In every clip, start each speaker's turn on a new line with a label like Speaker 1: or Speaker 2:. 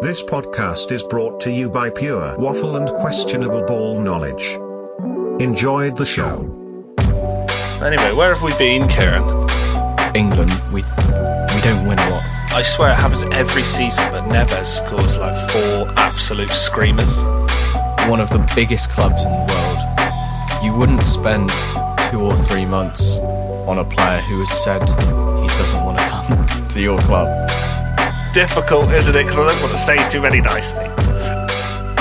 Speaker 1: This podcast is brought to you by Pure Waffle and Questionable Ball Knowledge. Enjoyed the show.
Speaker 2: Anyway, where have we been, Kieran?
Speaker 3: England, we we don't win a lot.
Speaker 2: I swear it happens every season, but Neves scores like four absolute screamers.
Speaker 3: One of the biggest clubs in the world. You wouldn't spend two or three months on a player who has said he doesn't want to come to your club.
Speaker 2: Difficult, isn't it? Because I don't want to say too many nice things.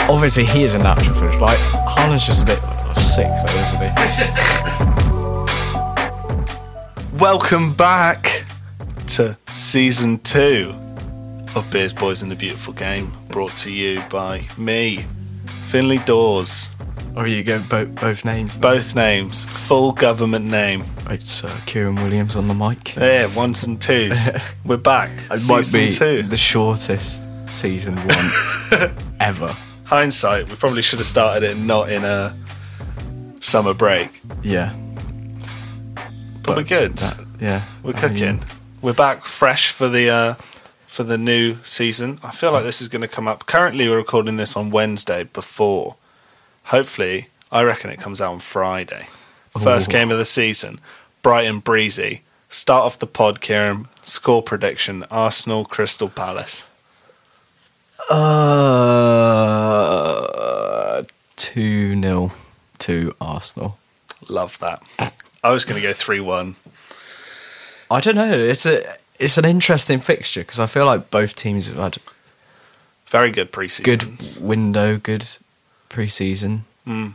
Speaker 3: Obviously, he is a natural finisher. Like Haaland's just a bit sick, though, isn't he?
Speaker 2: Welcome back to season two of Beers, Boys, and the Beautiful Game, brought to you by me, Finley Dawes.
Speaker 3: Or Oh, you go both both names.
Speaker 2: Both names, full government name.
Speaker 3: It's uh, Kieran Williams on the mic.
Speaker 2: There, ones and twos. We're back.
Speaker 3: It might
Speaker 2: season
Speaker 3: be
Speaker 2: two.
Speaker 3: the shortest season one ever.
Speaker 2: Hindsight, we probably should have started it not in a summer break.
Speaker 3: Yeah,
Speaker 2: But we're good.
Speaker 3: that- yeah,
Speaker 2: We're
Speaker 3: I mean,
Speaker 2: cooking. we're back fresh for the uh, for the new season. I feel like this is going to come up. Currently, we're recording this on Wednesday. Before, hopefully, I reckon it comes out on Friday. First
Speaker 3: Ooh.
Speaker 2: game of the season. Bright and breezy. Start off the pod, Kieran. Score prediction: Arsenal, Crystal Palace.
Speaker 3: Uh, 2 0 to Arsenal.
Speaker 2: Love that. I was going to go three-one.
Speaker 3: I don't know. It's a it's an interesting fixture because I feel like both teams have had
Speaker 2: Very good preseason.
Speaker 3: good window, good pre-season.
Speaker 2: Who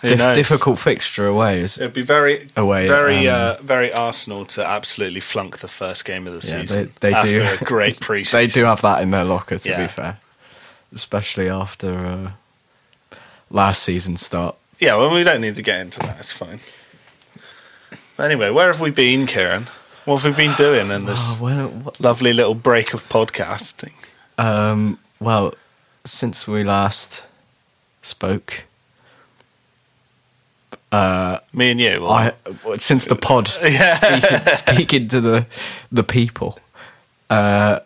Speaker 3: Dif-
Speaker 2: knows?
Speaker 3: difficult fixture away. Is
Speaker 2: It'd be very
Speaker 3: Away,
Speaker 2: very
Speaker 3: um,
Speaker 2: uh, very Arsenal to absolutely flunk the first game of the
Speaker 3: Yeah,
Speaker 2: season.
Speaker 3: they- they
Speaker 2: after
Speaker 3: do.
Speaker 2: a great preseason.
Speaker 3: they do have that in their locker to
Speaker 2: Yeah.
Speaker 3: be fair, especially after uh, last season's start.
Speaker 2: Yeah, well, we don't need to get into that. It's fine. Anyway, where have we been, Kieran? What have we been doing in
Speaker 3: Oh,
Speaker 2: this
Speaker 3: well, what,
Speaker 2: lovely little break of podcasting?
Speaker 3: um, well, since we last spoke,
Speaker 2: Me and you. Well,
Speaker 3: I since the pod speaking, speaking to the the people. Uh,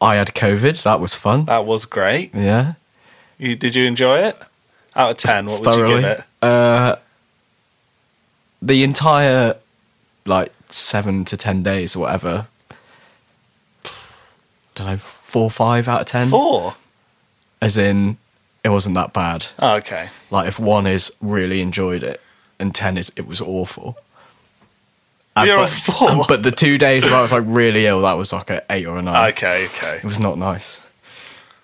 Speaker 3: I had COVID. That was fun.
Speaker 2: that was great.
Speaker 3: Yeah,
Speaker 2: You, did you enjoy it? Out of ten, what would you
Speaker 3: thoroughly.
Speaker 2: give it?
Speaker 3: Uh, the entire like seven to ten days, or whatever. Don't know, four, five out of ten.
Speaker 2: Four.
Speaker 3: As in, it wasn't that bad.
Speaker 2: Oh, okay.
Speaker 3: Like if one is really enjoyed it, and ten is it was awful. And
Speaker 2: You're on
Speaker 3: but-
Speaker 2: four.
Speaker 3: But the two days where I was like really ill, that was like an eight or a nine.
Speaker 2: Okay, okay.
Speaker 3: It was not nice.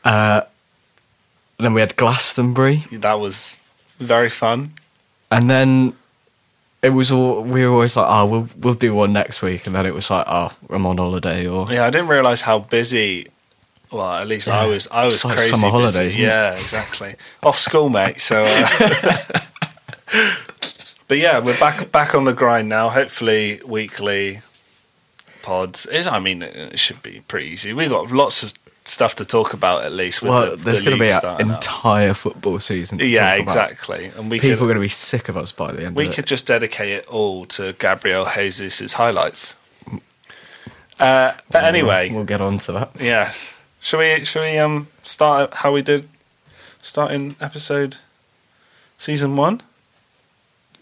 Speaker 3: Uh, and then we had Glastonbury,
Speaker 2: That was very fun.
Speaker 3: and then it was all we were always like, oh, we'll we'll do one next week, and then it was like, oh, I'm on holiday or
Speaker 2: Yeah, I didn't realize how busy. Well, at least I
Speaker 3: Yeah.
Speaker 2: was. I
Speaker 3: It's
Speaker 2: was
Speaker 3: like
Speaker 2: crazy.
Speaker 3: summer
Speaker 2: busy.
Speaker 3: holidays, isn't it?
Speaker 2: Yeah, exactly. Off school, mate. So. Uh, but yeah, we're back back on the grind now. Hopefully, weekly pods. It, I mean, it should be pretty easy. We've got lots of stuff to talk about. At least, with
Speaker 3: well,
Speaker 2: the,
Speaker 3: there's
Speaker 2: the
Speaker 3: going to be
Speaker 2: league
Speaker 3: an
Speaker 2: starting up.
Speaker 3: entire football season. To
Speaker 2: Yeah,
Speaker 3: talk about.
Speaker 2: exactly. And we
Speaker 3: People are
Speaker 2: could
Speaker 3: going to be sick of us by the end.
Speaker 2: we
Speaker 3: of
Speaker 2: could
Speaker 3: it.
Speaker 2: just dedicate it all to Gabriel Jesus' highlights. Uh, but anyway,
Speaker 3: we'll get on to that.
Speaker 2: Yes. Shall we? Shall we? Um, start how we did, starting episode, season one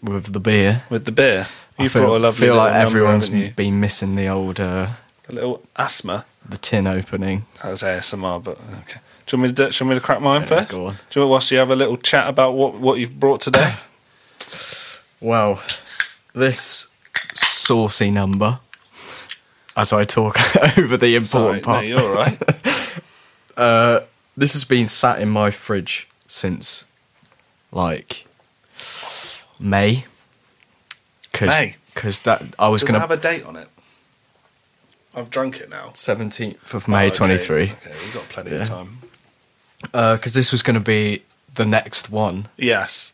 Speaker 3: with the beer.
Speaker 2: with the beer. You
Speaker 3: I feel,
Speaker 2: brought a lovely.
Speaker 3: feel like
Speaker 2: little number,
Speaker 3: everyone's
Speaker 2: haven't you?
Speaker 3: been missing the old uh,
Speaker 2: a little asthma.
Speaker 3: the tin opening.
Speaker 2: That was ASMR, but okay. Do you want me to, do, shall we crack mine
Speaker 3: Yeah,
Speaker 2: first?
Speaker 3: go on.
Speaker 2: Do you want whilst you have a little chat about what, what you've brought today?
Speaker 3: Well, this saucy number. As I talk over the
Speaker 2: Sorry,
Speaker 3: important
Speaker 2: no,
Speaker 3: part,
Speaker 2: you're all right.
Speaker 3: this has been sat in my fridge since like May. Cause,
Speaker 2: May?
Speaker 3: 'cause that I was
Speaker 2: Does it
Speaker 3: gonna
Speaker 2: have a date on it? I've drunk it now.
Speaker 3: seventeenth of May
Speaker 2: Oh, okay.
Speaker 3: twenty three.
Speaker 2: Okay, we've got plenty
Speaker 3: Yeah.
Speaker 2: of time.
Speaker 3: Because Uh, this was gonna be the next one
Speaker 2: Yes.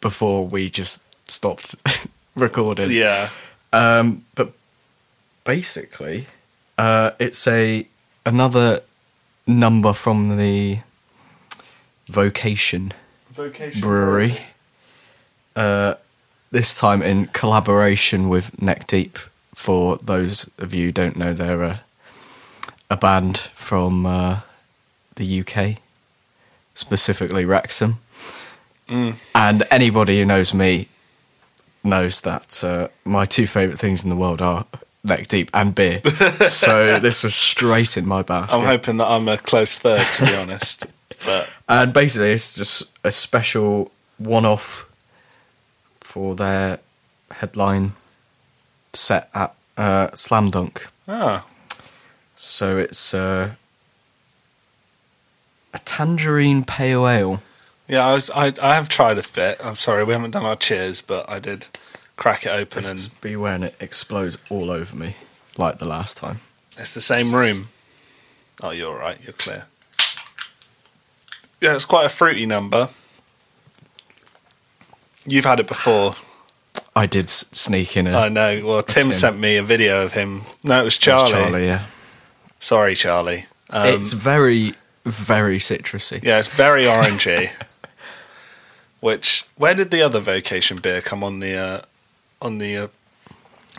Speaker 3: before we just stopped recording.
Speaker 2: Yeah.
Speaker 3: Um, but basically, uh, it's a another number from the Vocation
Speaker 2: Vocation
Speaker 3: Brewery. Uh, this time in collaboration with Neck Deep. For those of you who don't know, they're a, a band from uh, the UK, specifically Wrexham. And anybody who knows me knows that uh, my two favourite things in the world are neck deep and beer. so this was straight in my basket.
Speaker 2: I'm hoping that I'm a close third, to be honest. But
Speaker 3: And basically, it's just a special one off for their headline set at uh, Slam Dunk.
Speaker 2: ah,
Speaker 3: So it's uh, a tangerine pale ale.
Speaker 2: yeah, I, was, I I have tried a bit. I'm sorry, we haven't done our cheers, but I did crack it open, and
Speaker 3: Just be when it explodes all over me, like the last time.
Speaker 2: it's the same room. Oh, you're all right. You're clear. Yeah, it's quite a fruity number. You've had it before.
Speaker 3: I did s- sneak in a
Speaker 2: I know. Well, Tim,
Speaker 3: Tim.
Speaker 2: sent me a video of him. No, it was
Speaker 3: it
Speaker 2: Charlie.
Speaker 3: was yeah.
Speaker 2: Sorry, Charlie. Um,
Speaker 3: it's very, very citrusy.
Speaker 2: Yeah, it's very orangey. Which where did the other vacation beer come on the uh, on the uh,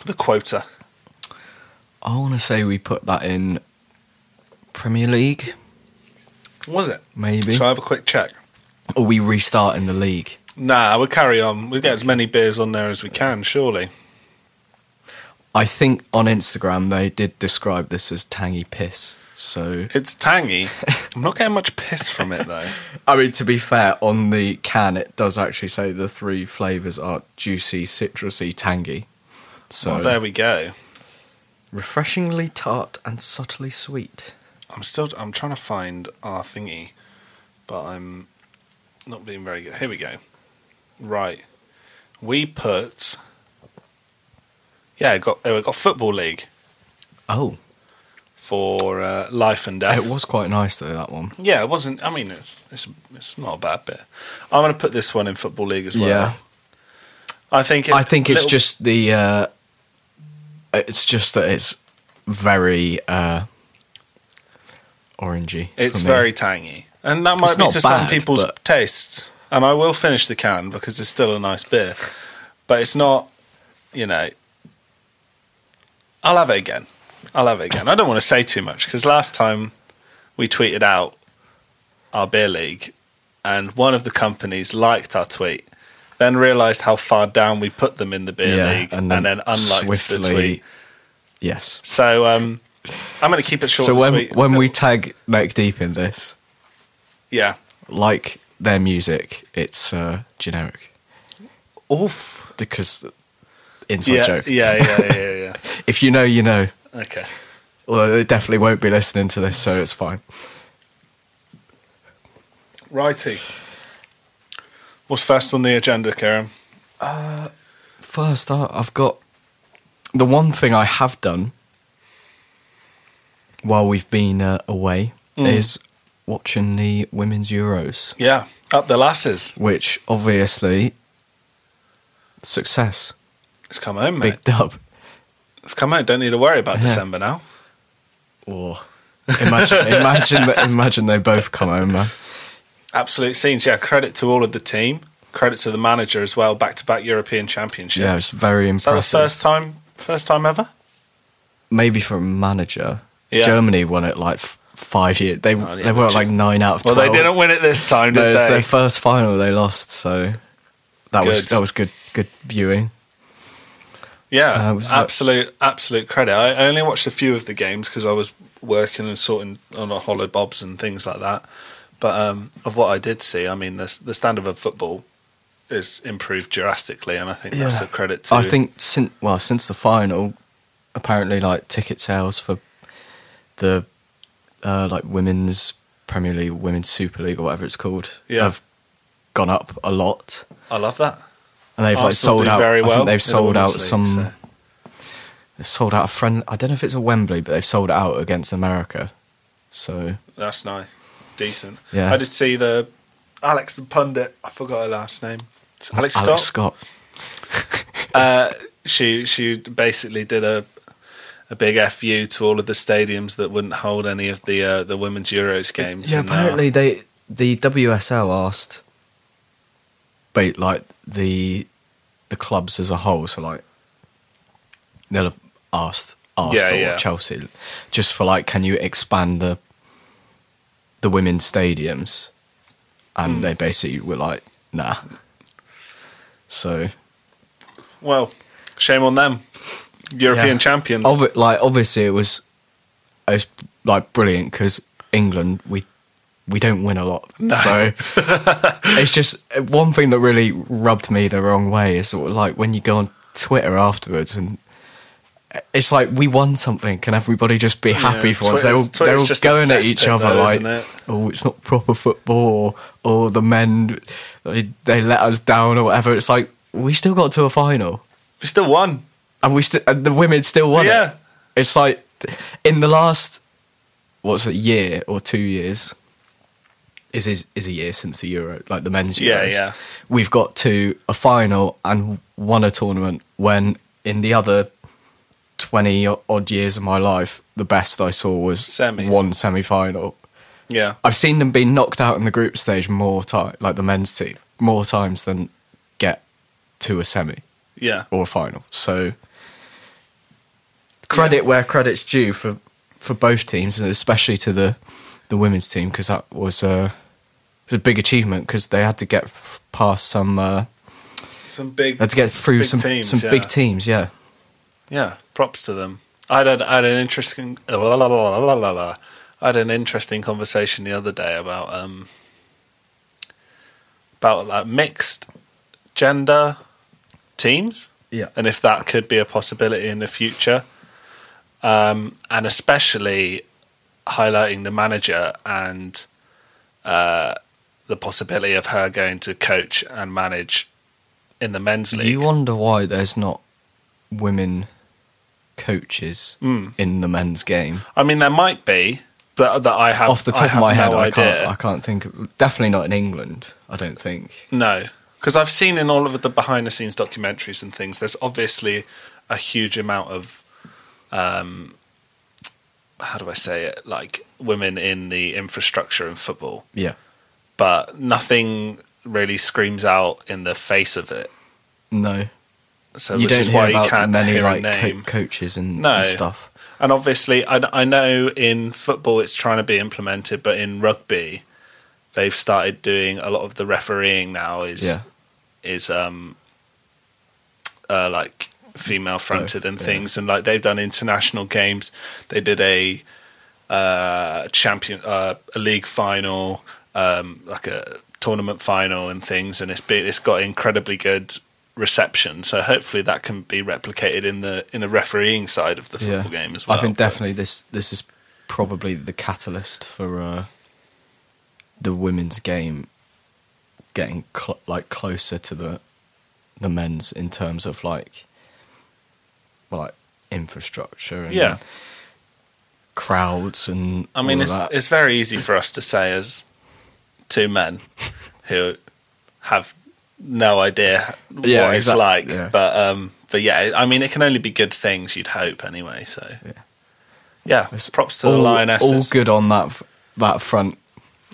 Speaker 2: the quota?
Speaker 3: I want to say we put that in Premier League,
Speaker 2: Was it?
Speaker 3: maybe.
Speaker 2: Shall I have a quick check?
Speaker 3: Or we restart in the league.
Speaker 2: Nah, we'll carry on. We'll get as many beers on there as we can, surely.
Speaker 3: I think on Instagram they did describe this as tangy piss. So,
Speaker 2: It's tangy. I'm not getting much piss from it though.
Speaker 3: I mean, to be fair, on the can it does actually say the three flavors are juicy, citrusy, tangy. So,
Speaker 2: Well, Oh, there we go.
Speaker 3: refreshingly tart and subtly sweet.
Speaker 2: I'm still I'm trying to find our thingy, but I'm not being very good. Here we go. Right. We put Yeah, got oh, we got football league
Speaker 3: Oh,
Speaker 2: for uh, life and
Speaker 3: it
Speaker 2: death.
Speaker 3: was quite nice though that one.
Speaker 2: yeah, it wasn't I mean it's it's it's not a bad bit. I'm going to put this one in football league as well.
Speaker 3: Yeah.
Speaker 2: I think it,
Speaker 3: I think it's
Speaker 2: little-
Speaker 3: just the. Uh, it's just that it's very uh, orangey. for
Speaker 2: It's
Speaker 3: me.
Speaker 2: very tangy, and that might
Speaker 3: It's
Speaker 2: be
Speaker 3: not
Speaker 2: to some
Speaker 3: bad,
Speaker 2: people's
Speaker 3: but-
Speaker 2: taste. And I will finish the can because it's still a nice beer, but it's not. You know, I'll have it again. I'll have it again. I don't want to say too much because last time we tweeted out our beer league, and one of the companies liked our tweet. Then realised how far down we put them in the beer
Speaker 3: Yeah,
Speaker 2: league, and then, unliked the tweet.
Speaker 3: Yes.
Speaker 2: So um, I'm going to keep it short.
Speaker 3: so
Speaker 2: and
Speaker 3: when
Speaker 2: sweet.
Speaker 3: when we tag neck deep in this,
Speaker 2: yeah,
Speaker 3: like their music, it's uh, generic
Speaker 2: oof.
Speaker 3: because inside
Speaker 2: yeah,
Speaker 3: joke.
Speaker 2: Yeah, yeah, yeah, yeah.
Speaker 3: If you know, you know.
Speaker 2: yeah. okay.
Speaker 3: Although they definitely won't be listening to this, so it's fine.
Speaker 2: Righty. What's first on the agenda, Karen?
Speaker 3: First, I- I've got the one thing I have done while we've been uh, away
Speaker 2: Mm.
Speaker 3: is watching the women's Euros,
Speaker 2: Yeah, up the lasses.
Speaker 3: which obviously success,
Speaker 2: It's come home, mate.
Speaker 3: big dub.
Speaker 2: It's come home. Don't need to worry about
Speaker 3: Yeah.
Speaker 2: December now.
Speaker 3: Or imagine, imagine, that- imagine they both come home, man.
Speaker 2: Absolute scenes. Yeah, credit to all of the team. Credit to the manager as well. Back to back European Championships.
Speaker 3: Yeah, it's very
Speaker 2: Is that
Speaker 3: impressive.
Speaker 2: the first time? First time ever?
Speaker 3: Maybe for a manager,
Speaker 2: Yeah.
Speaker 3: Germany won it like f- five years. They
Speaker 2: Oh, yeah,
Speaker 3: they were
Speaker 2: but
Speaker 3: at like nine out of.
Speaker 2: Well,
Speaker 3: 12.
Speaker 2: they didn't win it this time,
Speaker 3: No,
Speaker 2: did
Speaker 3: it's
Speaker 2: they?
Speaker 3: their first final they lost, so that
Speaker 2: Good.
Speaker 3: was that was good good viewing.
Speaker 2: Yeah,
Speaker 3: Uh, was that-
Speaker 2: absolute, absolute credit. I I only watched a few of the games because I was working and sorting on a hollow bobs and things like that. But um, of what I did see, I mean, the, the standard of football is improved drastically, and I think that's a credit to.
Speaker 3: I think since well since the final, apparently like ticket sales for the uh, like women's Premier League, women's Super League, or whatever it's called,
Speaker 2: Yeah.
Speaker 3: have gone up a lot,
Speaker 2: I love that.
Speaker 3: and they've
Speaker 2: Arsenal
Speaker 3: like sold
Speaker 2: do
Speaker 3: out.
Speaker 2: very
Speaker 3: I
Speaker 2: well
Speaker 3: think
Speaker 2: in
Speaker 3: they've
Speaker 2: the
Speaker 3: sold out
Speaker 2: Women's League,
Speaker 3: some.
Speaker 2: so-
Speaker 3: They've sold out a friend. I don't know if it's a Wembley, but they've sold out against America. So
Speaker 2: That's nice, decent.
Speaker 3: Yeah.
Speaker 2: I did see the Alex the pundit. I forgot her last name. It's Alex,
Speaker 3: Alex
Speaker 2: Scott.
Speaker 3: Scott.
Speaker 2: Uh, she she basically did a a big fu to all of the stadiums that wouldn't hold any of the uh, the women's Euros games.
Speaker 3: Yeah,
Speaker 2: and, uh,
Speaker 3: apparently they the WSL asked, but like the the clubs as a whole, so like they'll have asked Arsenal
Speaker 2: yeah.
Speaker 3: or Chelsea, just for like, can you expand the the women's stadiums?
Speaker 2: Hmm.
Speaker 3: And they basically were like, nah. So
Speaker 2: Well, shame on them. European
Speaker 3: Yeah.
Speaker 2: champions.
Speaker 3: Obvi- like obviously it was, it was like brilliant because England we we don't win a lot. So it's just uh, one thing that really rubbed me the wrong way is sort of like when you go on Twitter afterwards and it's like we won something. Can everybody just be happy for once? They're all,
Speaker 2: Twitter's-
Speaker 3: they're all
Speaker 2: Twitter's just a
Speaker 3: going at
Speaker 2: cesspit
Speaker 3: each other
Speaker 2: though,
Speaker 3: like,
Speaker 2: isn't it?
Speaker 3: oh, it's not proper football, or the men they, they let us down or whatever. It's like we still got to a final
Speaker 2: we still won.
Speaker 3: and we still and the women still won
Speaker 2: Yeah.
Speaker 3: it. It's like in the last what's it year or two years is is is a year since the Euro like the men's
Speaker 2: Yeah,
Speaker 3: Euros.
Speaker 2: yeah.
Speaker 3: We've got to a final and won a tournament when in the other twenty odd years of my life the best I saw was
Speaker 2: Semis.
Speaker 3: one semi final.
Speaker 2: Yeah.
Speaker 3: I've seen them be knocked out in the group stage more time like the men's team more times than get to a semi
Speaker 2: Yeah.
Speaker 3: or a final. So credit where credit's due for for both teams, and especially to the the women's team because that was a was a big achievement because they had to get f- past some uh,
Speaker 2: Some big.
Speaker 3: had to get through
Speaker 2: Big
Speaker 3: some
Speaker 2: teams,
Speaker 3: some
Speaker 2: yeah.
Speaker 3: big teams. Yeah,
Speaker 2: yeah. Props to them. I had, I had an interesting. la, la, la, la, la, la. I had an interesting conversation the other day about um about like mixed gender teams.
Speaker 3: yeah,
Speaker 2: and if that could be a possibility in the future. Um, and especially highlighting the manager and uh, the possibility of her going to coach and manage in the men's league.
Speaker 3: You wonder why there's not women coaches
Speaker 2: Hmm.
Speaker 3: in the men's game.
Speaker 2: I mean, there might be that that I have
Speaker 3: Off the top
Speaker 2: I
Speaker 3: of
Speaker 2: have
Speaker 3: my head,
Speaker 2: no
Speaker 3: I
Speaker 2: idea.
Speaker 3: can't. I can't think. Of, definitely not in England. I don't think.
Speaker 2: No, because I've seen in all of the behind the scenes documentaries and things, there's obviously a huge amount of, um, how do I say it, like women in the infrastructure in football,
Speaker 3: Yeah.
Speaker 2: but nothing really screams out in the face of it.
Speaker 3: No.
Speaker 2: So
Speaker 3: you
Speaker 2: which
Speaker 3: don't
Speaker 2: is
Speaker 3: hear
Speaker 2: why
Speaker 3: about
Speaker 2: you can't
Speaker 3: many
Speaker 2: hear
Speaker 3: like
Speaker 2: a
Speaker 3: co-
Speaker 2: name.
Speaker 3: coaches and,
Speaker 2: No.
Speaker 3: and stuff.
Speaker 2: And obviously, I, I know in football it's trying to be implemented, but in rugby, they've started doing a lot of the refereeing now is
Speaker 3: Yeah.
Speaker 2: is um uh, like female fronted and
Speaker 3: yeah.
Speaker 2: things, and like they've done international games. They did a uh, champion uh, a league final, um, like a tournament final and things, and it's been, it's got incredibly good reception. So hopefully that can be replicated in the in the refereeing side of the football game as well.
Speaker 3: I think
Speaker 2: But-
Speaker 3: definitely this this is probably the catalyst for uh, the women's game getting cl- like closer to the the men's in terms of like well, like infrastructure and
Speaker 2: Yeah.
Speaker 3: crowds and
Speaker 2: I mean,
Speaker 3: all of
Speaker 2: it's
Speaker 3: that.
Speaker 2: it's very easy for us to say as two men who have no idea what
Speaker 3: Yeah,
Speaker 2: it's
Speaker 3: exact-
Speaker 2: like,
Speaker 3: yeah.
Speaker 2: but um, but yeah, I mean, it can only be good things. You'd hope anyway. So yeah,
Speaker 3: It's
Speaker 2: props to the
Speaker 3: all,
Speaker 2: lionesses.
Speaker 3: all good on that f- that front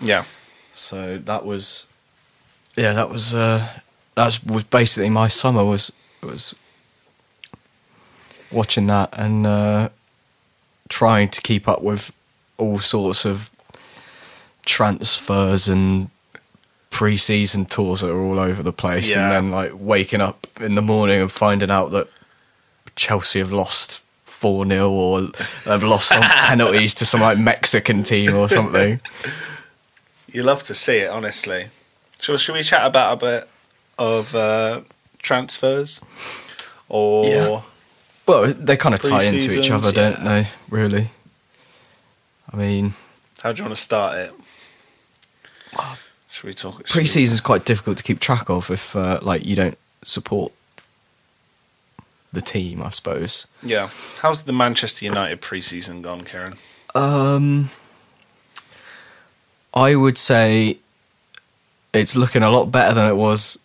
Speaker 2: Yeah,
Speaker 3: So that was, yeah, that was uh, that was, was basically my summer was was watching that and uh, trying to keep up with all sorts of transfers and pre-season tours that are all over the place,
Speaker 2: Yeah.
Speaker 3: and then like waking up in the morning and finding out that Chelsea have lost. 4 0 or have lost on penalties to some like Mexican team or something.
Speaker 2: you love to see it, honestly. Shall should we chat about a bit of uh, transfers or?
Speaker 3: Yeah. Well, they kind of tie into
Speaker 2: Pre-seasons,
Speaker 3: each other, don't
Speaker 2: yeah.
Speaker 3: they? Really. I mean,
Speaker 2: How do you want to start it? Should we talk? should we-
Speaker 3: pre-season's quite difficult to keep track of if uh, like you don't support the team, I suppose.
Speaker 2: Yeah. How's the Manchester United preseason gone, Karen?
Speaker 3: Um, I would say it's looking a lot better than it was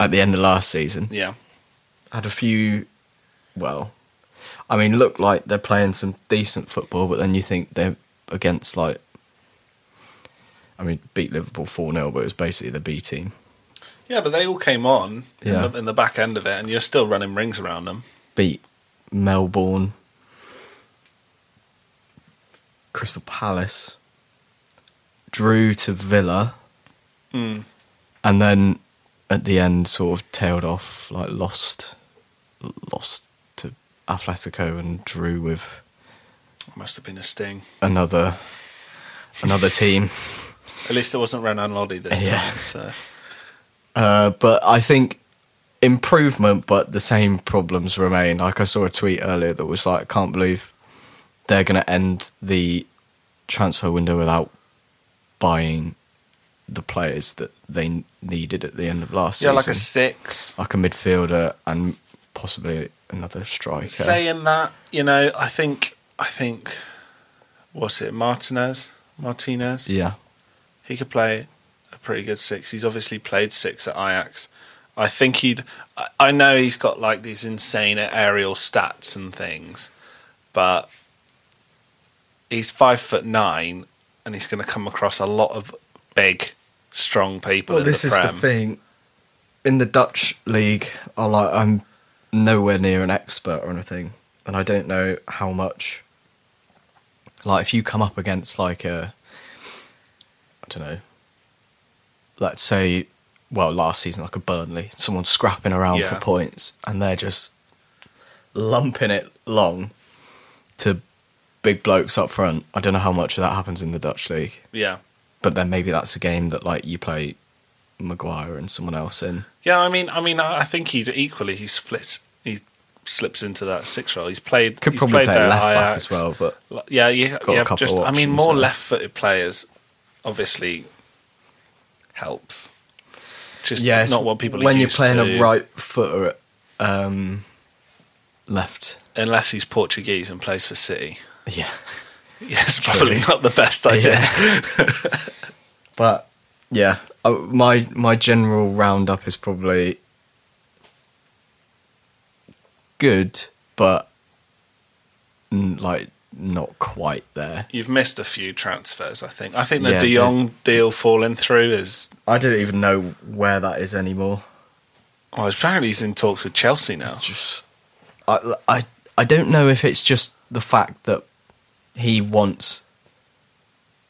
Speaker 3: at the end of last season.
Speaker 2: Yeah.
Speaker 3: had a few. Well, I mean, look like they're playing some decent football, but then you think they're against like. I mean, beat Liverpool four 0 but it was basically the B team.
Speaker 2: Yeah, but they all came on
Speaker 3: Yeah.
Speaker 2: in, the, in the back end of it, and you're still running rings around them.
Speaker 3: Beat Melbourne, Crystal Palace, drew to Villa, Hmm.
Speaker 2: Mm.
Speaker 3: and then at the end sort of tailed off, like lost, lost to Atletico and drew with
Speaker 2: Must have been a sting.
Speaker 3: another another team.
Speaker 2: At least it wasn't Renan Lodi this
Speaker 3: Yeah.
Speaker 2: time. So
Speaker 3: Uh, but I think improvement, but the same problems remain. Like I saw a tweet earlier that was like, I can't believe they're going to end the transfer window without buying the players that they n- needed at the end of last
Speaker 2: yeah, like a
Speaker 3: season.
Speaker 2: six.
Speaker 3: like a midfielder and possibly another striker.
Speaker 2: Saying that, you know, I think I think what's it, Martinez? Martinez?
Speaker 3: yeah,
Speaker 2: He could play a pretty good six. He's obviously played six at Ajax. I think he'd. I- I know he's got like these insane aerial stats and things, but he's five foot nine, and he's going to come across a lot of big, strong people
Speaker 3: Well,
Speaker 2: in
Speaker 3: this
Speaker 2: the
Speaker 3: is
Speaker 2: prem.
Speaker 3: the thing. In the Dutch league, I like I'm nowhere near an expert or anything, and I don't know how much. Like, if you come up against like a, I don't know. Let's say, well, last season like a Burnley, someone scrapping around for
Speaker 2: Yeah.
Speaker 3: points, and they're just lumping it long to big blokes up front. I don't know how much of that happens in the Dutch league
Speaker 2: Yeah,
Speaker 3: but then maybe that's a game that like you play Maguire and someone else in.
Speaker 2: yeah. I mean, I mean, I I think he equally he's flit. He slips into that six role. He's played.
Speaker 3: Could
Speaker 2: he's
Speaker 3: probably
Speaker 2: played there
Speaker 3: play a
Speaker 2: at
Speaker 3: left back
Speaker 2: Ajax.
Speaker 3: as well, but
Speaker 2: L- Yeah, you,
Speaker 3: Got a
Speaker 2: you have
Speaker 3: couple
Speaker 2: just. I mean,
Speaker 3: options
Speaker 2: more
Speaker 3: there.
Speaker 2: left-footed players obviously helps. Just
Speaker 3: it's
Speaker 2: not what people are
Speaker 3: when you're
Speaker 2: used
Speaker 3: playing
Speaker 2: to,
Speaker 3: a right footer at um, left.
Speaker 2: unless he's Portuguese and plays for City.
Speaker 3: Yeah,
Speaker 2: Yeah, it's probably not the best idea.
Speaker 3: but yeah, uh, my my general roundup is probably good, but mm, like not quite there.
Speaker 2: You've missed a few transfers, I think. I think the
Speaker 3: Yeah,
Speaker 2: De
Speaker 3: the-
Speaker 2: Jong deal falling through is.
Speaker 3: I don't even know where that is anymore.
Speaker 2: Well, apparently he's in talks with Chelsea now.
Speaker 3: just I, I I don't know if it's just the fact that he wants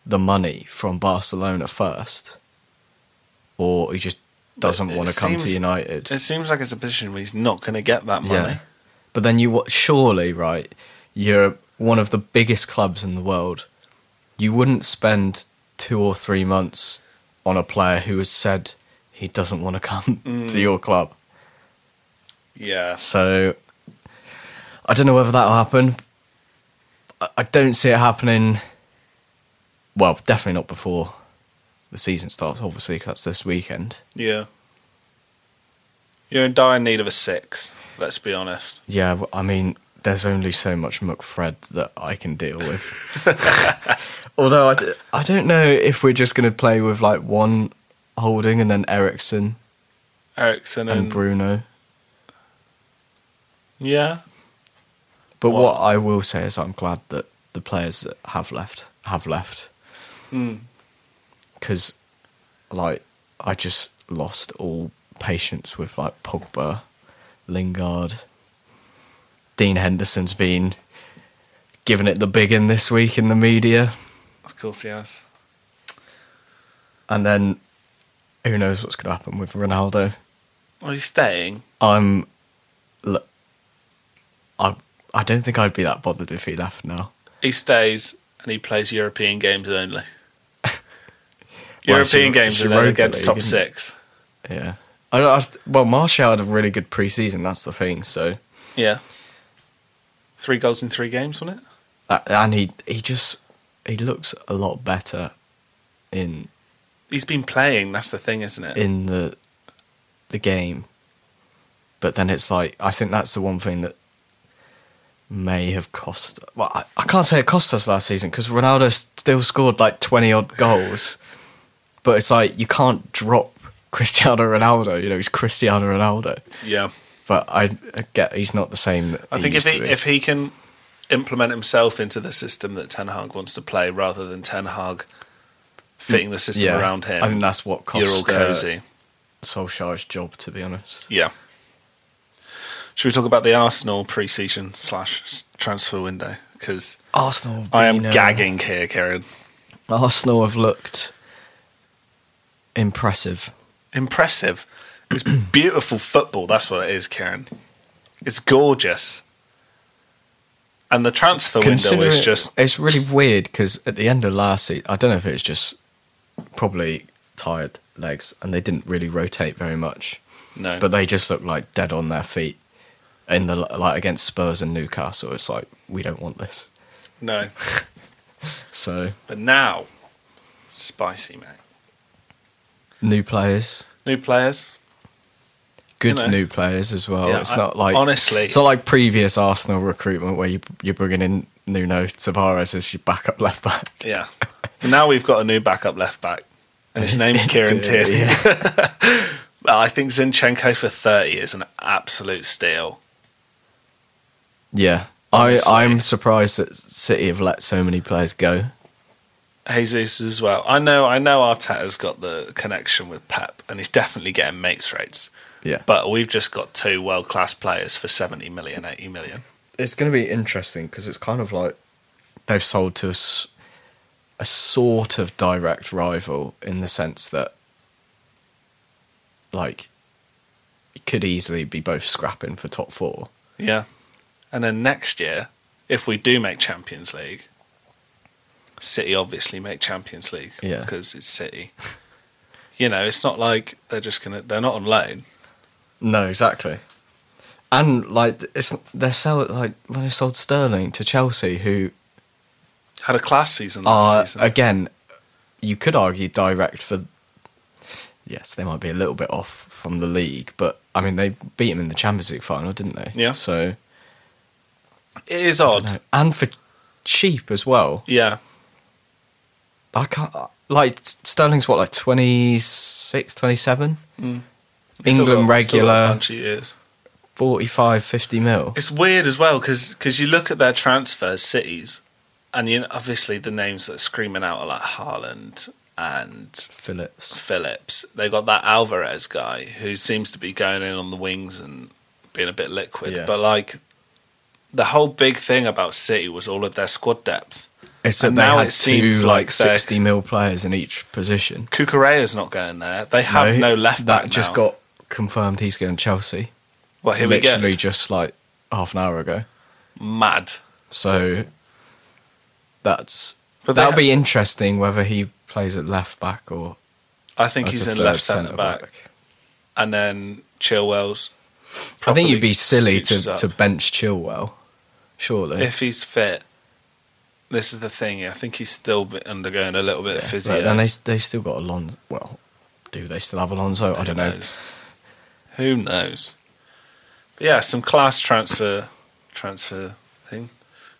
Speaker 3: the money from Barcelona first, or he just doesn't
Speaker 2: It
Speaker 3: want to come to
Speaker 2: seems-
Speaker 3: United.
Speaker 2: It seems like it's a position where he's not going to get that money.
Speaker 3: But then you wa- surely right, you're one of the biggest clubs in the world. You wouldn't spend two or three months on a player who has said he doesn't want to come
Speaker 2: Mm.
Speaker 3: to your club.
Speaker 2: Yeah.
Speaker 3: So I don't know whether that'll happen. I- I don't see it happening. Well, definitely not before the season starts, obviously, because that's this weekend.
Speaker 2: Yeah. You're in dire need of a six, let's be honest.
Speaker 3: Yeah, w- I mean, there's only so much McFred that I can deal with. Although I, d- I don't know if we're just going to play with like one holding and then Ericsson
Speaker 2: Ericsson
Speaker 3: and
Speaker 2: and,
Speaker 3: Bruno.
Speaker 2: yeah,
Speaker 3: But
Speaker 2: What?
Speaker 3: what? I will say is, I'm glad that the players that have left have left. Because, like, I just lost all patience with like Pogba, Lingard, Dean Henderson's been giving it the big in this week in the media,
Speaker 2: of course he has.
Speaker 3: and then who knows what's going to happen with Ronaldo.
Speaker 2: Well, he's staying.
Speaker 3: I'm, l- I I don't think I'd be that bothered if he left now.
Speaker 2: He stays and he plays European games only.
Speaker 3: Well, it's
Speaker 2: European
Speaker 3: Eu-
Speaker 2: games
Speaker 3: it's
Speaker 2: only
Speaker 3: Europa
Speaker 2: against
Speaker 3: League,
Speaker 2: top
Speaker 3: isn't it?
Speaker 2: six.
Speaker 3: Yeah. I, I, well, Martial had a really good preseason. That's the thing. So,
Speaker 2: Yeah. Three goals in three games, wasn't it?
Speaker 3: uh, and he he just he looks a lot better in
Speaker 2: He's been playing, that's the thing, isn't it?
Speaker 3: in the the game. But then it's like I think that's the one thing that may have cost. Well, I, I can't say it cost us last season because Ronaldo still scored like twenty odd goals. But it's like you can't drop Cristiano Ronaldo. You know he's Cristiano Ronaldo.
Speaker 2: yeah.
Speaker 3: But I, I get he's not the same. That
Speaker 2: I
Speaker 3: he
Speaker 2: think if
Speaker 3: used
Speaker 2: he
Speaker 3: to be.
Speaker 2: if he can implement himself into the system that Ten Hag wants to play rather than Ten Hag fitting the system around him,
Speaker 3: I think that's what cost uh,
Speaker 2: you're all cozy.
Speaker 3: Solskjaer's job, to be honest.
Speaker 2: Yeah. Should we talk about the Arsenal pre-season slash s- transfer window? because
Speaker 3: Arsenal. have
Speaker 2: I am
Speaker 3: been, uh,
Speaker 2: gagging here, Karen.
Speaker 3: Arsenal have looked impressive.
Speaker 2: Impressive. It's beautiful football. That's what it is, Karen. It's gorgeous. And the transfer window
Speaker 3: Considering-
Speaker 2: is just
Speaker 3: It's really weird because at the end of last season, I don't know if it was just probably tired legs and they didn't really rotate very much,
Speaker 2: no.
Speaker 3: but they just looked like dead on their feet. In the like against Spurs and Newcastle, it's like we don't want this.
Speaker 2: no.
Speaker 3: So
Speaker 2: But now, spicy mate.
Speaker 3: new players,
Speaker 2: New players.
Speaker 3: good
Speaker 2: You know.
Speaker 3: new players as well.
Speaker 2: Yeah,
Speaker 3: it's
Speaker 2: I-
Speaker 3: not like
Speaker 2: honestly-
Speaker 3: it's not like previous Arsenal recruitment where you you're bringing in Nuno Tavares as your backup left back.
Speaker 2: Yeah. And now we've got a new backup left back, and his name's
Speaker 3: It's
Speaker 2: Kieran
Speaker 3: Tierney,
Speaker 2: Tierney. I think Zinchenko for thirty is an absolute steal.
Speaker 3: Yeah. I,
Speaker 2: Honestly.
Speaker 3: I'm surprised that City have let so many players go.
Speaker 2: Jesus as well. I know. I know Arteta's got the connection with Pep, and he's definitely getting mates rates.
Speaker 3: Yeah.
Speaker 2: But we've just got two world class players for 70 million, 80 million.
Speaker 3: it's going to be interesting because it's kind of like they've sold to us a sort of direct rival in the sense that like it could easily be both scrapping for top four.
Speaker 2: Yeah. And then next year, if we do make Champions League, City obviously make Champions League
Speaker 3: Yeah.
Speaker 2: because it's City. You know, it's not like they're just gonna. They're not on loan.
Speaker 3: No, exactly. And like it's they're sold like when they sold Sterling to Chelsea, who
Speaker 2: Had a class season last
Speaker 3: are
Speaker 2: season.
Speaker 3: again, you could argue direct for. Yes, they might be a little bit off from the league, but I mean they beat him in the Champions League final, didn't they?
Speaker 2: Yeah.
Speaker 3: So
Speaker 2: it is
Speaker 3: I don't
Speaker 2: odd.
Speaker 3: know. and for cheap as well.
Speaker 2: Yeah,
Speaker 3: I can't like Sterling's what like 26, 27?
Speaker 2: We've Mm. still
Speaker 3: England
Speaker 2: got- still got a
Speaker 3: regular
Speaker 2: bunch of years.
Speaker 3: 45, 50 mil.
Speaker 2: It's weird as well because you look at their transfers, cities, and you know, obviously the names that are screaming out are like Haaland and
Speaker 3: Phillips.
Speaker 2: Phillips. They got that Alvarez guy who seems to be going in on the wings and being a bit liquid.
Speaker 3: Yeah.
Speaker 2: But like the whole big thing about City was all of their squad depth.
Speaker 3: It's
Speaker 2: And
Speaker 3: that they
Speaker 2: now
Speaker 3: had
Speaker 2: it
Speaker 3: two
Speaker 2: seems
Speaker 3: like
Speaker 2: like they're-
Speaker 3: sixty mil players in each position.
Speaker 2: Kukureya's not going there. They have no, left
Speaker 3: That
Speaker 2: back.
Speaker 3: just
Speaker 2: now.
Speaker 3: got confirmed. He's going to Chelsea.
Speaker 2: well. Here we
Speaker 3: literally
Speaker 2: go.
Speaker 3: just like half an hour ago.
Speaker 2: Mad.
Speaker 3: So that's
Speaker 2: But they
Speaker 3: that'll
Speaker 2: ha-
Speaker 3: be interesting whether he plays at left back or
Speaker 2: I think
Speaker 3: as
Speaker 2: he's
Speaker 3: a
Speaker 2: in
Speaker 3: third
Speaker 2: left centre
Speaker 3: centre-back.
Speaker 2: back. and then Chilwell's.
Speaker 3: I think you'd
Speaker 2: probably
Speaker 3: be silly
Speaker 2: scooches
Speaker 3: to,
Speaker 2: up.
Speaker 3: to bench Chilwell, surely.
Speaker 2: if he's fit, this is the thing. I think he's still be- undergoing a little bit of physio.
Speaker 3: But then they they still got Alonso. Well, do they still have Alonso? I
Speaker 2: Who
Speaker 3: don't know.
Speaker 2: knows? Who knows? But yeah, some class transfer transfer thing.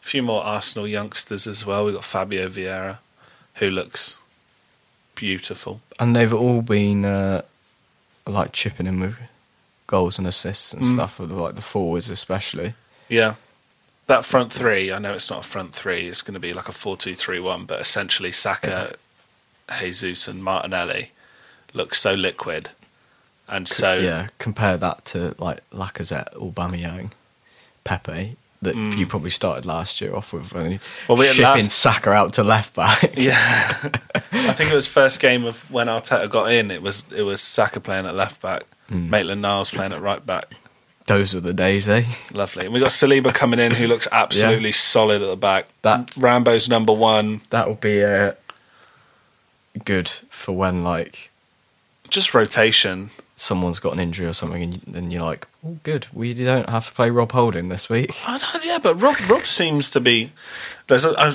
Speaker 2: A few more Arsenal youngsters as well. We've got Fabio Vieira, who looks beautiful.
Speaker 3: And they've all been uh, like chipping in with goals and assists
Speaker 2: Mm.
Speaker 3: and stuff. Like the forwards, especially.
Speaker 2: Yeah. That front three, I know it's not a front three, it's going to be like a 4 2 3 1, but essentially Saka, Jesus, and Martinelli look so liquid and so
Speaker 3: yeah, compare that to like Lacazette, Aubameyang, Pepe that you probably started last year off with. And
Speaker 2: Mm. Well, we had
Speaker 3: shipping
Speaker 2: last-
Speaker 3: Saka out to left back.
Speaker 2: Yeah, I think it was first game of when Arteta got in. It was it was Saka playing at left back, Maitland Niles playing at right back.
Speaker 3: Those were the days, eh?
Speaker 2: Lovely, and we got Saliba coming in, who looks absolutely solid at the back.
Speaker 3: That's-
Speaker 2: Rambo's number one.
Speaker 3: That would be uh, good for when like
Speaker 2: Just rotation.
Speaker 3: someone's got an injury or something, and you- then you're like, oh, good, we don't have to play Rob Holding this week.
Speaker 2: I don't, yeah, but Rob Rob seems to be. There's a, I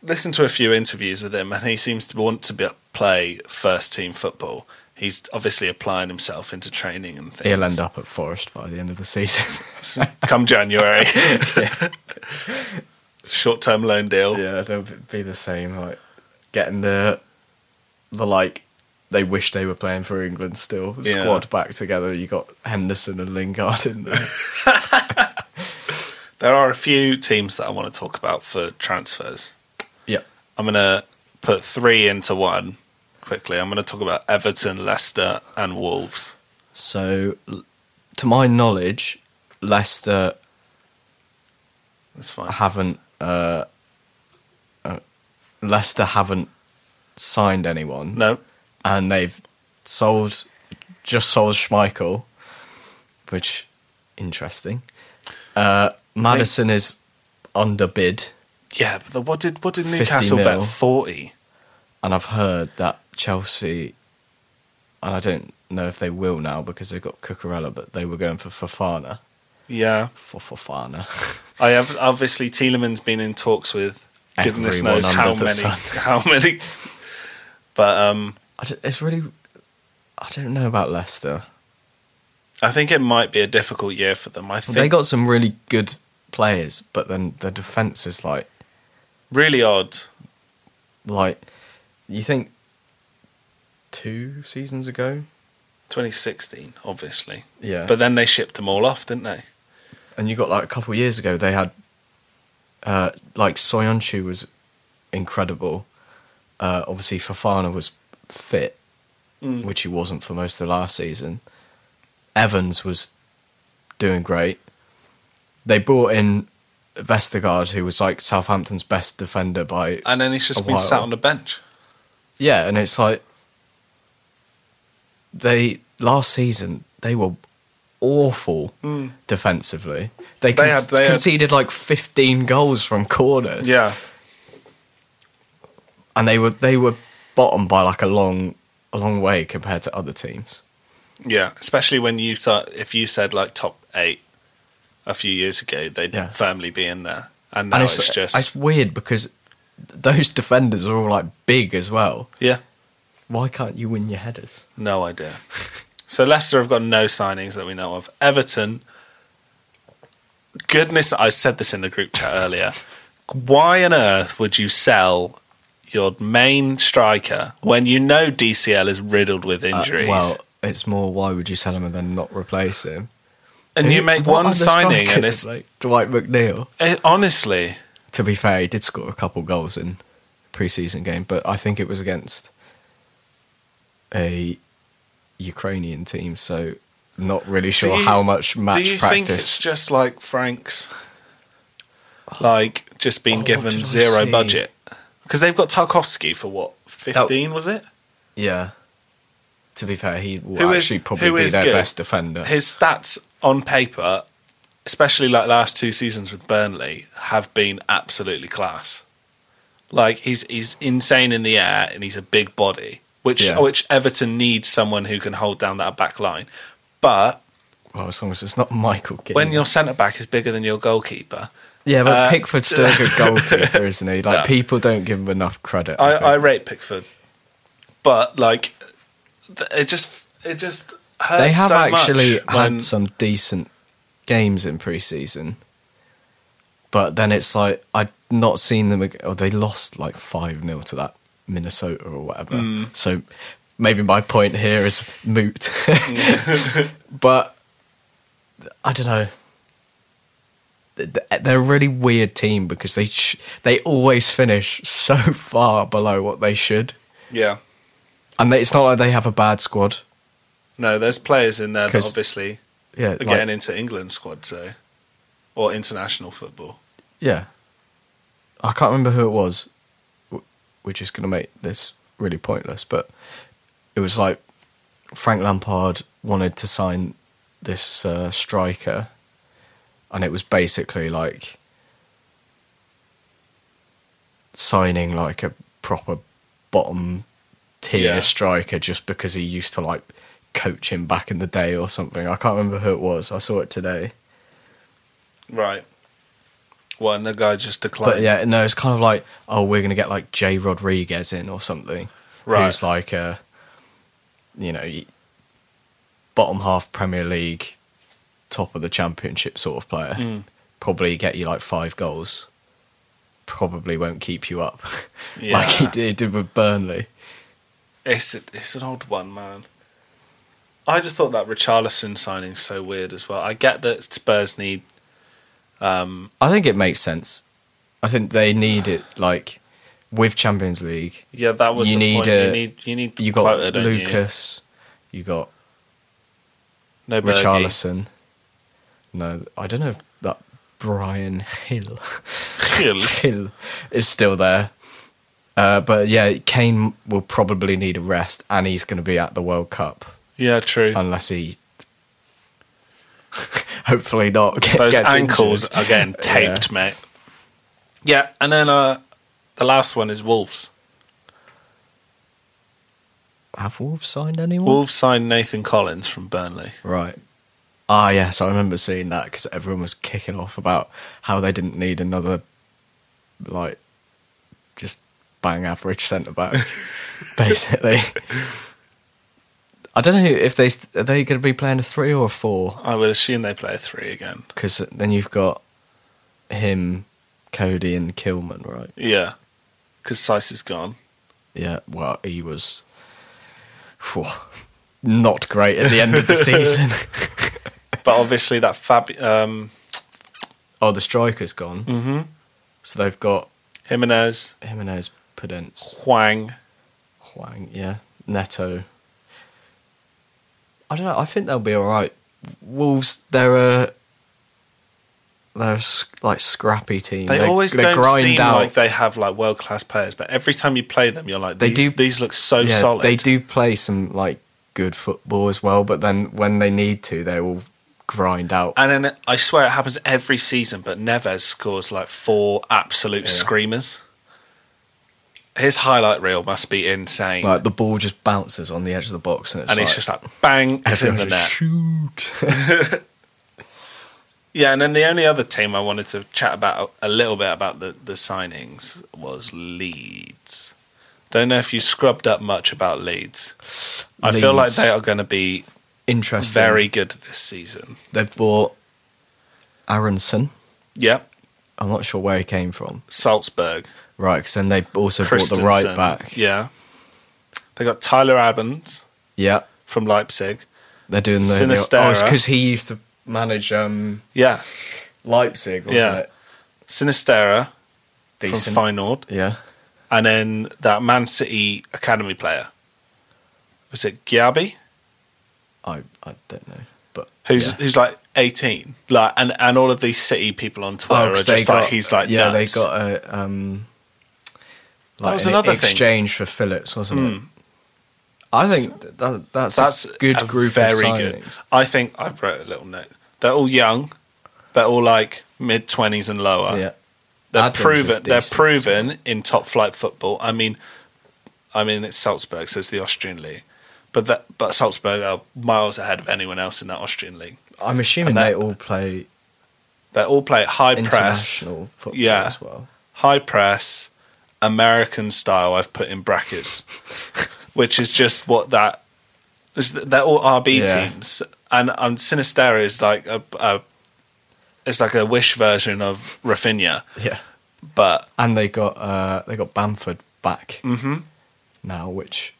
Speaker 2: listened to a few interviews with him, and he seems to want to be, play first team football. He's obviously applying himself into training and things.
Speaker 3: He'll end up at Forest by the end of the season.
Speaker 2: come January. Short term loan deal.
Speaker 3: yeah, they'll b- be the same. Like getting the the like they wish they were playing for England still.
Speaker 2: Yeah.
Speaker 3: Squad back together. You got Henderson and Lingard in there.
Speaker 2: There are a few teams that I want to talk about for transfers.
Speaker 3: yeah,
Speaker 2: I'm going to put three into one quickly. I'm going to talk about Everton, Leicester, and Wolves.
Speaker 3: So, l- to my knowledge, Leicester
Speaker 2: That's fine.
Speaker 3: Uh-huh. haven't uh, Leicester haven't signed anyone,
Speaker 2: No.
Speaker 3: and they've sold just sold Schmeichel, which interesting. Uh, Madison is underbid,
Speaker 2: Yeah, but the, what did what did
Speaker 3: 50
Speaker 2: Newcastle
Speaker 3: mil.
Speaker 2: bet? Forty.
Speaker 3: and I've heard that Chelsea, and I don't know if they will now because they've got Cucurella, but they were going for Fafana.
Speaker 2: Yeah,
Speaker 3: For Fafana.
Speaker 2: I have obviously Tielemans been in talks with goodness
Speaker 3: Everyone
Speaker 2: knows how
Speaker 3: under the
Speaker 2: many,
Speaker 3: sun.
Speaker 2: how many. But um,
Speaker 3: I don't- it's really, I don't know about Leicester.
Speaker 2: I think it might be a difficult year for them. I think
Speaker 3: They got some really good players, but then their defense is like
Speaker 2: really odd.
Speaker 3: like you think two seasons ago
Speaker 2: 2016, obviously.
Speaker 3: yeah
Speaker 2: But then they shipped them all off, didn't they?
Speaker 3: and you got like a couple of years ago they had uh like Soyuncu was incredible uh obviously Fafana was fit which he wasn't for most of the last season Evans was doing great they brought in Vestergaard who was like Southampton's best defender by
Speaker 2: And then he's
Speaker 3: A
Speaker 2: just been
Speaker 3: while.
Speaker 2: sat on the bench.
Speaker 3: Yeah, and it's like they last season they were awful defensively. They, con-
Speaker 2: had- Mm. they had-
Speaker 3: conceded like 15 goals from corners.
Speaker 2: Yeah,
Speaker 3: and they were they were bottom by like a long a long way compared to other teams.
Speaker 2: yeah. Especially when you start, if you said like top eight a few years ago, they'd
Speaker 3: Yeah.
Speaker 2: firmly be in there. And now
Speaker 3: and
Speaker 2: it's, just
Speaker 3: it's weird because those defenders are all like big as well.
Speaker 2: yeah,
Speaker 3: Why can't you win your headers?
Speaker 2: no idea. so Leicester have got no signings that we know of. Everton, goodness, I said this in the group chat earlier. Why on earth would you sell your main striker when you know DCL is riddled with
Speaker 3: Uh,
Speaker 2: injuries?
Speaker 3: well, it's more why would you sell him and then not replace him?
Speaker 2: and you make
Speaker 3: What
Speaker 2: one
Speaker 3: other
Speaker 2: signing, and
Speaker 3: strikers
Speaker 2: it's
Speaker 3: like Dwight McNeil.
Speaker 2: it, honestly,
Speaker 3: to be fair, he did score a couple goals in preseason game, but I think it was against a Ukrainian team, so not really
Speaker 2: Do
Speaker 3: sure
Speaker 2: you-
Speaker 3: how much match
Speaker 2: Do you think it's
Speaker 3: practice.
Speaker 2: just like Frank's, like just
Speaker 3: Oh,
Speaker 2: being
Speaker 3: what did I
Speaker 2: given zero
Speaker 3: see?
Speaker 2: budget? Because they've got Tarkovsky for what fifteen was it?
Speaker 3: yeah. To be fair, he will
Speaker 2: Who is-
Speaker 3: actually probably
Speaker 2: who
Speaker 3: be
Speaker 2: is
Speaker 3: their
Speaker 2: good?
Speaker 3: best defender.
Speaker 2: His stats on paper, especially like last two seasons with Burnley, have been absolutely class. Like he's he's insane in the air and he's a big body, which
Speaker 3: Yeah.
Speaker 2: which Everton needs someone who can hold down that back line. But
Speaker 3: well, as long as it's not Michael King.
Speaker 2: when your centre back is bigger than your goalkeeper,
Speaker 3: yeah, but
Speaker 2: uh,
Speaker 3: Pickford's still a good goalkeeper, isn't he? Like people don't give him enough credit.
Speaker 2: I,
Speaker 3: think.
Speaker 2: I rate Pickford, but like, th- it just it just hurts
Speaker 3: they have
Speaker 2: so
Speaker 3: actually
Speaker 2: much when-
Speaker 3: had some decent games in preseason, but then it's like I've not seen them. ag- Or they lost like five 0 to that Minnesota or whatever.
Speaker 2: Hmm.
Speaker 3: So maybe my point here is moot. but I don't know. Th- They're a really weird team because they sh- they always finish so far below what they should,
Speaker 2: yeah.
Speaker 3: and they, it's not like they have a bad squad.
Speaker 2: No, there's players in there that
Speaker 3: 'Cause,
Speaker 2: obviously
Speaker 3: Yeah,
Speaker 2: are
Speaker 3: like-
Speaker 2: getting into England squad, so or international football.
Speaker 3: Yeah. I can't remember who it was. W- We're just going to make this really pointless, but it was like Frank Lampard wanted to sign this uh, striker, and it was basically like signing like a proper bottom tier
Speaker 2: Yeah.
Speaker 3: striker just because he used to like coach him back in the day or something. I can't remember who it was. I saw it today.
Speaker 2: Right. Well, and the guy just declined.
Speaker 3: But yeah, no, it's kind of like, oh, we're gonna get like Jay Rodriguez in or something,
Speaker 2: Right.
Speaker 3: Who's like a, you know, y- bottom half Premier League, top of the Championship sort of player.
Speaker 2: Hmm.
Speaker 3: Probably get you like five goals. Probably won't keep you up, like he
Speaker 2: Yeah.
Speaker 3: did, did with Burnley.
Speaker 2: It's a, it's an odd one, man. I just thought that Richarlison signing's so weird as well. I get that Spurs need
Speaker 3: I think it makes sense. I think they need it like with Champions League.
Speaker 2: yeah, that was
Speaker 3: You
Speaker 2: the
Speaker 3: need
Speaker 2: point.
Speaker 3: a-
Speaker 2: you need you need
Speaker 3: You got
Speaker 2: quota, don't you?
Speaker 3: Lucas, you got
Speaker 2: no Bergie.
Speaker 3: Richarlison. No, I don't know if that Brian Hill.
Speaker 2: Hill.
Speaker 3: Hill is still there. Uh, but yeah, Kane will probably need a rest, and he's going to be at the World Cup
Speaker 2: Yeah, true.
Speaker 3: unless he, hopefully not. Get,
Speaker 2: Those
Speaker 3: gets
Speaker 2: ankles
Speaker 3: injured.
Speaker 2: are getting taped, mate. Yeah, and then uh, the last one is Wolves.
Speaker 3: Have Wolves signed anyone?
Speaker 2: Wolves signed Nathan Collins from Burnley.
Speaker 3: Right. Ah, yes, I remember seeing that because everyone was kicking off about how they didn't need another, like, just bang average centre back, basically. I don't know if they are they going to be playing a three or a four
Speaker 2: I would assume they play a three again.
Speaker 3: because then you've got him, Cody, and Kilman, right?
Speaker 2: Yeah, because Sice is gone.
Speaker 3: Yeah. Well, he was phew, not great at the end of the season.
Speaker 2: But obviously that fab, um,
Speaker 3: oh, the striker's gone,
Speaker 2: mm-hmm.
Speaker 3: so they've got
Speaker 2: Jimenez,
Speaker 3: Jimenez, Pedence,
Speaker 2: Huang.
Speaker 3: Huang, yeah, Neto. I don't know. I think they'll be all right. Wolves, they're a they're a s- like scrappy team.
Speaker 2: They always
Speaker 3: they
Speaker 2: don't
Speaker 3: grind
Speaker 2: seem
Speaker 3: out.
Speaker 2: like they have like world class players, but every time you play them, you're like,
Speaker 3: They
Speaker 2: these, they do,
Speaker 3: do-
Speaker 2: these look so
Speaker 3: yeah,
Speaker 2: solid.
Speaker 3: They do play some like good football as well, but then when they need to, they will grind out.
Speaker 2: And then I swear it happens every season, but Neves scores like four absolute screamers. His highlight reel must be insane.
Speaker 3: like the ball just bounces on the edge of the box, and it's
Speaker 2: and
Speaker 3: like,
Speaker 2: it's just like bang, it's in the
Speaker 3: everyone
Speaker 2: net.
Speaker 3: just Shoot.
Speaker 2: Yeah, and then the only other team I wanted to chat about a little bit about the, the signings was Leeds. Don't know if you scrubbed up much about Leeds. I feel like
Speaker 3: Leeds.
Speaker 2: they are going to be
Speaker 3: Interesting.
Speaker 2: very good this season.
Speaker 3: They've bought Aronson.
Speaker 2: Yep,
Speaker 3: I'm not sure where he came from.
Speaker 2: Salzburg.
Speaker 3: Right, because then they also bought the
Speaker 2: Christensen.
Speaker 3: right back.
Speaker 2: Yeah. They got Tyler Adams
Speaker 3: Yeah,
Speaker 2: from Leipzig.
Speaker 3: they're doing the
Speaker 2: Sinistera.
Speaker 3: oh, it's because he used to manage um,
Speaker 2: Yeah.
Speaker 3: Leipzig, wasn't
Speaker 2: Yeah.
Speaker 3: it?
Speaker 2: Sinistera
Speaker 3: Decent.
Speaker 2: from Feyenoord.
Speaker 3: Yeah,
Speaker 2: And then that Man City Academy player. Was it Giabi?
Speaker 3: I I don't know, but
Speaker 2: Who's
Speaker 3: yeah.
Speaker 2: who's like eighteen. Like and, and all of these city people on Twitter are
Speaker 3: oh, 'cause
Speaker 2: just
Speaker 3: they
Speaker 2: like
Speaker 3: got-
Speaker 2: he's like
Speaker 3: yeah,
Speaker 2: nuts.
Speaker 3: they got a um,
Speaker 2: That
Speaker 3: like
Speaker 2: was
Speaker 3: an
Speaker 2: another thing. Hmm.
Speaker 3: exchange for Phillips, wasn't it? I think th- that, that's
Speaker 2: that's
Speaker 3: a good
Speaker 2: a
Speaker 3: group.
Speaker 2: very
Speaker 3: of
Speaker 2: good.
Speaker 3: signings.
Speaker 2: I think I wrote a little note. They're all young. They're all like mid twenties and lower.
Speaker 3: Yeah,
Speaker 2: They're
Speaker 3: Adams is
Speaker 2: proven. They're
Speaker 3: decent as
Speaker 2: proven in top flight football. I mean, I mean it's Salzburg, so it's the Austrian league. But that, but Salzburg are miles ahead of anyone else in that Austrian league.
Speaker 3: I'm assuming
Speaker 2: that-
Speaker 3: they all play
Speaker 2: They all play high press,
Speaker 3: international football
Speaker 2: Yeah.
Speaker 3: as well.
Speaker 2: high press, American style. I've put in brackets, which is just what that is. They're all RB
Speaker 3: Yeah.
Speaker 2: teams, and um, Sinistera is like a, a it's like a wish version of Rafinha,
Speaker 3: Yeah.
Speaker 2: but
Speaker 3: and they got uh, they got Bamford back
Speaker 2: Mm-hmm.
Speaker 3: now, which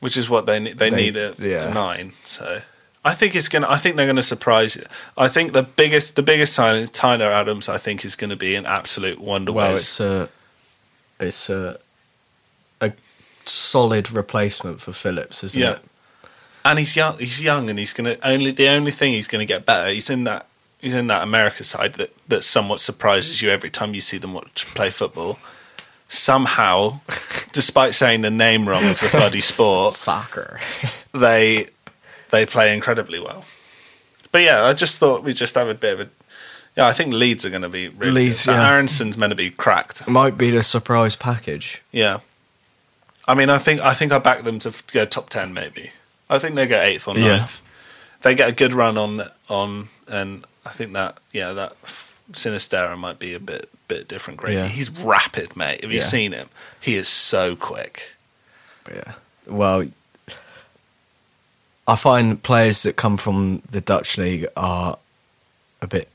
Speaker 2: which is what they ne- they,
Speaker 3: They-
Speaker 2: need at
Speaker 3: yeah.
Speaker 2: nine. So I think it's gonna. I think they're gonna surprise you. I think the biggest the biggest sign is Tyler Adams. I think is going to be an absolute wonder.
Speaker 3: well,
Speaker 2: Well,
Speaker 3: it's a it's a a solid replacement for Phillips, isn't
Speaker 2: yeah,
Speaker 3: it?
Speaker 2: and he's young. He's young, and he's gonna only the only thing he's gonna get better. He's in that. He's in that America side that, that somewhat surprises you every time you see them watch play football. Somehow, despite saying the name wrong of the bloody sport,
Speaker 3: Soccer.
Speaker 2: they they play incredibly well. But yeah, I just thought we'd just have a bit of a. Yeah, I think Leeds are going to be really.
Speaker 3: Leeds,
Speaker 2: Leeds, good.
Speaker 3: yeah.
Speaker 2: Aronson's meant to be cracked.
Speaker 3: Might be the surprise package.
Speaker 2: Yeah, I mean, I think I think I back them to f- go top ten maybe. I think they go eighth or
Speaker 3: Yeah.
Speaker 2: ninth. They get a good run on on, and I think that yeah that f- Sinistera might be a bit bit different grade.
Speaker 3: Yeah.
Speaker 2: He's rapid, mate. Have you
Speaker 3: Yeah.
Speaker 2: seen him? He is so quick.
Speaker 3: Yeah. Well, I find players that come from the Dutch league are a bit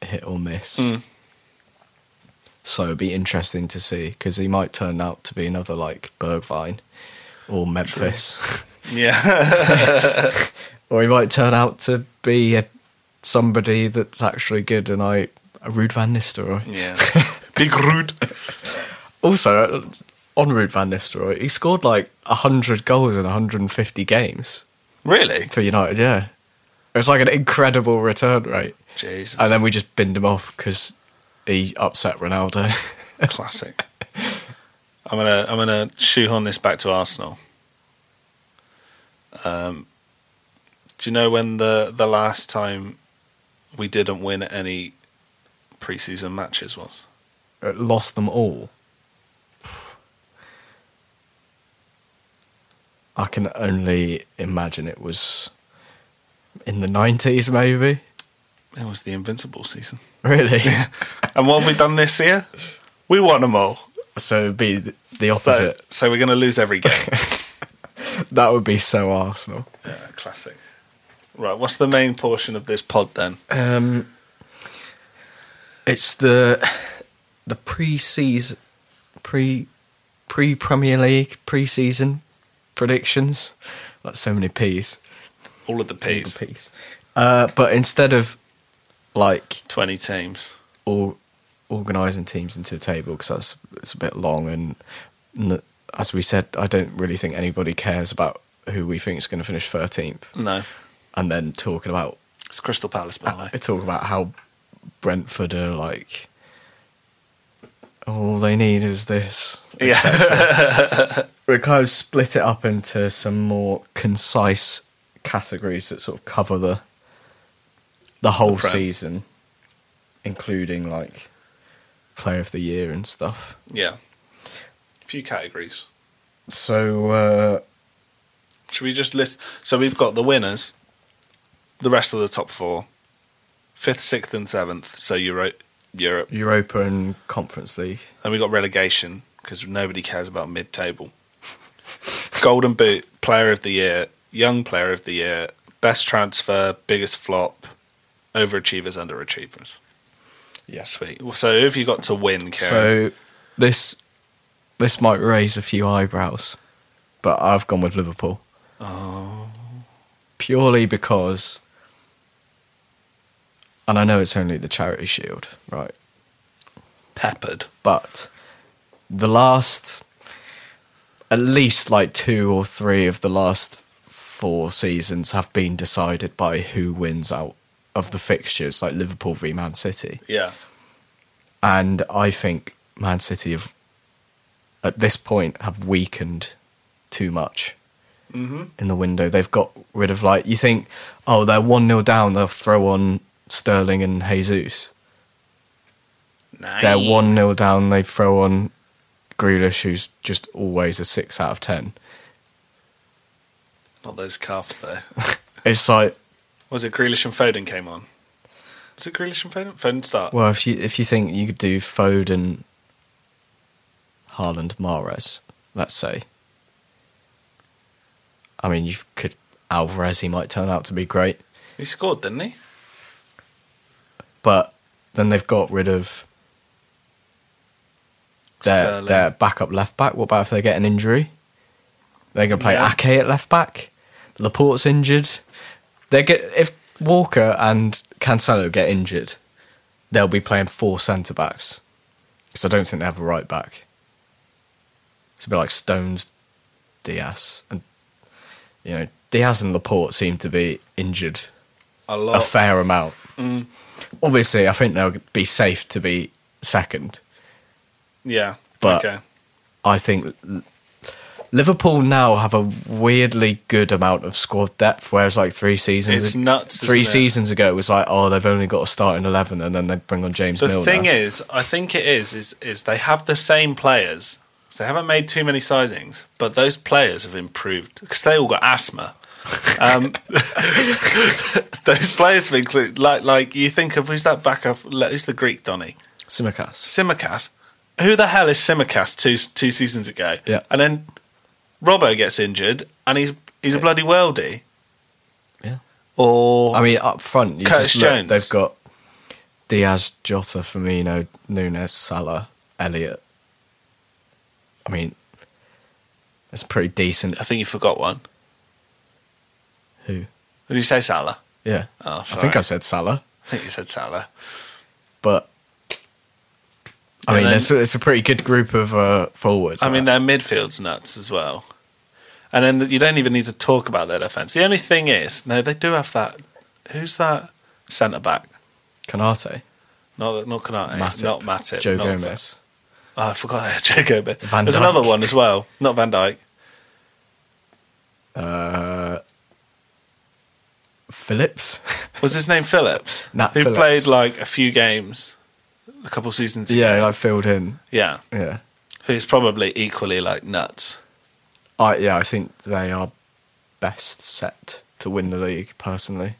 Speaker 3: hit or miss.
Speaker 2: Mm.
Speaker 3: So it'd be interesting to see because he might turn out to be another like Bergvine or Memphis,
Speaker 2: Yeah,
Speaker 3: or he might turn out to be a, somebody that's actually good and I a Ruud van Nistelrooy.
Speaker 2: yeah. Big rude.
Speaker 3: Also, uh, on Ruud van Nistelrooy, he scored like hundred goals in 150 games.
Speaker 2: Really?
Speaker 3: for United, yeah. It was like an incredible return rate.
Speaker 2: Jesus.
Speaker 3: and then we just binned him off because he upset Ronaldo.
Speaker 2: Classic. I'm gonna I'm gonna shoehorn this back to Arsenal. Um, do you know when the the last time we didn't win any preseason matches was?
Speaker 3: Uh, Lost them all. I can only imagine it was in the nineties, maybe.
Speaker 2: It was the invincible season.
Speaker 3: Really?
Speaker 2: And what have we done this year? We won them all.
Speaker 3: so it'd be th- the
Speaker 2: So,
Speaker 3: opposite.
Speaker 2: so we're gonna lose every game.
Speaker 3: that would be so Arsenal.
Speaker 2: yeah, classic. Right. What's the main portion of this pod then?
Speaker 3: Um, it's the the pre-season, pre pre Premier League pre-season predictions. That's so many P's.
Speaker 2: All of the P's.
Speaker 3: P's. Uh, but instead of like
Speaker 2: Twenty teams.
Speaker 3: or organising teams into a table because that's it's a bit long and, n as we said, I don't really think anybody cares about who we think is going to finish thirteenth,
Speaker 2: No,
Speaker 3: and then talking about
Speaker 2: it's Crystal Palace, by the way.
Speaker 3: I talk about how Brentford are like all they need is this.
Speaker 2: Yeah.
Speaker 3: We kind of split it up into some more concise categories that sort of cover the the whole
Speaker 2: Prem.
Speaker 3: season, including like player of the year and stuff.
Speaker 2: yeah. A few categories.
Speaker 3: So uh,
Speaker 2: Should we just list? So we've got the winners, the rest of the top four, fifth, sixth, and seventh. So Euro- Europe,
Speaker 3: Europa and Conference League.
Speaker 2: and we got relegation because nobody cares about mid-table. Golden Boot, Player of the Year, Young Player of the Year, Best Transfer, Biggest Flop, Overachievers, Underachievers.
Speaker 3: Yes.
Speaker 2: Sweet. So if you got to win, Karen,
Speaker 3: So this this might raise a few eyebrows, but I've gone with Liverpool.
Speaker 2: oh,
Speaker 3: purely because and I know it's only the charity shield, right?
Speaker 2: peppered.
Speaker 3: But the last at least like two or three of the last four seasons have been decided by who wins out of the fixtures, like Liverpool v Man City.
Speaker 2: Yeah.
Speaker 3: And I think Man City have at this point have weakened too much
Speaker 2: Mm-hmm.
Speaker 3: in the window. They've got rid of like you think, oh, they're one 0 down. They'll throw on Sterling and Jesus.
Speaker 2: Nice.
Speaker 3: They're one 0 down. They throw on Grealish, who's just always a six out of ten.
Speaker 2: Not those calves there.
Speaker 3: It's like,
Speaker 2: Was it Grealish and Foden came on? Was it Grealish and Foden? Foden start.
Speaker 3: well, if you if you think you could do Foden, Haaland, Mares, let's say. I mean, you could Alvarez. He might turn out to be great.
Speaker 2: He scored, didn't he?
Speaker 3: but then they've got rid of their
Speaker 2: Sterling.
Speaker 3: their backup left back. What about if they get an injury? They're going to play
Speaker 2: Yeah.
Speaker 3: Ake at left back. Laporte's injured. They get if Walker and Cancelo get injured, they'll be playing four centre backs because I don't think they have a right back. It's a bit like Stones, Diaz, and you know Diaz and Laporte seem to be injured
Speaker 2: A
Speaker 3: a
Speaker 2: lot.
Speaker 3: fair amount.
Speaker 2: Oh. Mm.
Speaker 3: Obviously, I think they'll be safe to be second.
Speaker 2: yeah.
Speaker 3: But-
Speaker 2: okay.
Speaker 3: I think L- Liverpool now have a weirdly good amount of squad depth, whereas like three seasons,
Speaker 2: It's nuts, isn't
Speaker 3: 3
Speaker 2: it?
Speaker 3: seasons ago, it was like, oh, they've only got a starting eleven, and then they bring on James
Speaker 2: The
Speaker 3: Milner.
Speaker 2: thing is, I think it is, is, is they have the same players. So they haven't made too many sightings, but those players have improved because they all got asthma. Um, those players have included, like, like you think of who's that back up? Who's the Greek Donny?
Speaker 3: Simicast.
Speaker 2: Simicast. Who the hell is Simicast two two seasons ago?
Speaker 3: Yeah.
Speaker 2: And then Robbo gets injured and he's he's a bloody worldie.
Speaker 3: Yeah.
Speaker 2: Or
Speaker 3: I mean, up front, you
Speaker 2: Curtis
Speaker 3: just look,
Speaker 2: Jones.
Speaker 3: they've got Diaz, Jota, Firmino, Nunes, Salah, Elliot. I mean, that's pretty decent.
Speaker 2: I think you forgot one.
Speaker 3: Who?
Speaker 2: Did you say Salah?
Speaker 3: Yeah.
Speaker 2: Oh,
Speaker 3: I
Speaker 2: sorry.
Speaker 3: think I said Salah,
Speaker 2: I think you said Salah.
Speaker 3: but I
Speaker 2: And
Speaker 3: mean,
Speaker 2: then-
Speaker 3: it's, a, it's a pretty good group of uh, forwards.
Speaker 2: I mean, their midfield's nuts as well. And then you don't even need to talk about their defence. The only thing is, no, they do have that. Who's that centre back?
Speaker 3: Canate,
Speaker 2: Not not Canate,
Speaker 3: Matip,
Speaker 2: not Matip,
Speaker 3: Joe
Speaker 2: not
Speaker 3: Gomez.
Speaker 2: Oh, I forgot they had Joe Gomez.
Speaker 3: Van
Speaker 2: There's
Speaker 3: Dijk.
Speaker 2: another one as well. Not Van Dyke.
Speaker 3: Uh, Phillips.
Speaker 2: Was his name Phillips?
Speaker 3: Nat
Speaker 2: Who
Speaker 3: Phillips.
Speaker 2: played like a few games, a couple seasons ago.
Speaker 3: yeah, I filled in.
Speaker 2: Yeah.
Speaker 3: Yeah,
Speaker 2: Who's probably equally like nuts.
Speaker 3: I yeah, I think they are best set to win the league personally.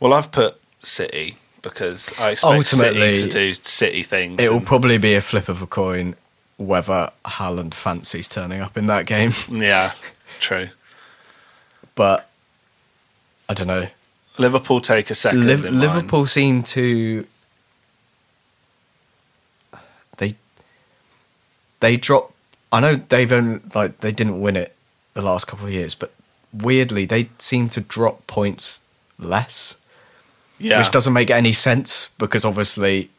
Speaker 2: Well, I've put City because I expect
Speaker 3: Ultimately,
Speaker 2: City to do City things.
Speaker 3: It will
Speaker 2: and-
Speaker 3: probably be a flip of a coin whether Haaland fancies turning up in that game,
Speaker 2: yeah, true.
Speaker 3: but I don't know.
Speaker 2: Liverpool take a second.
Speaker 3: Liv-
Speaker 2: in line.
Speaker 3: Liverpool seem to they they drop. I know they've only like they didn't win it the last couple of years, but weirdly they seem to drop points less,
Speaker 2: yeah.
Speaker 3: which doesn't make any sense because obviously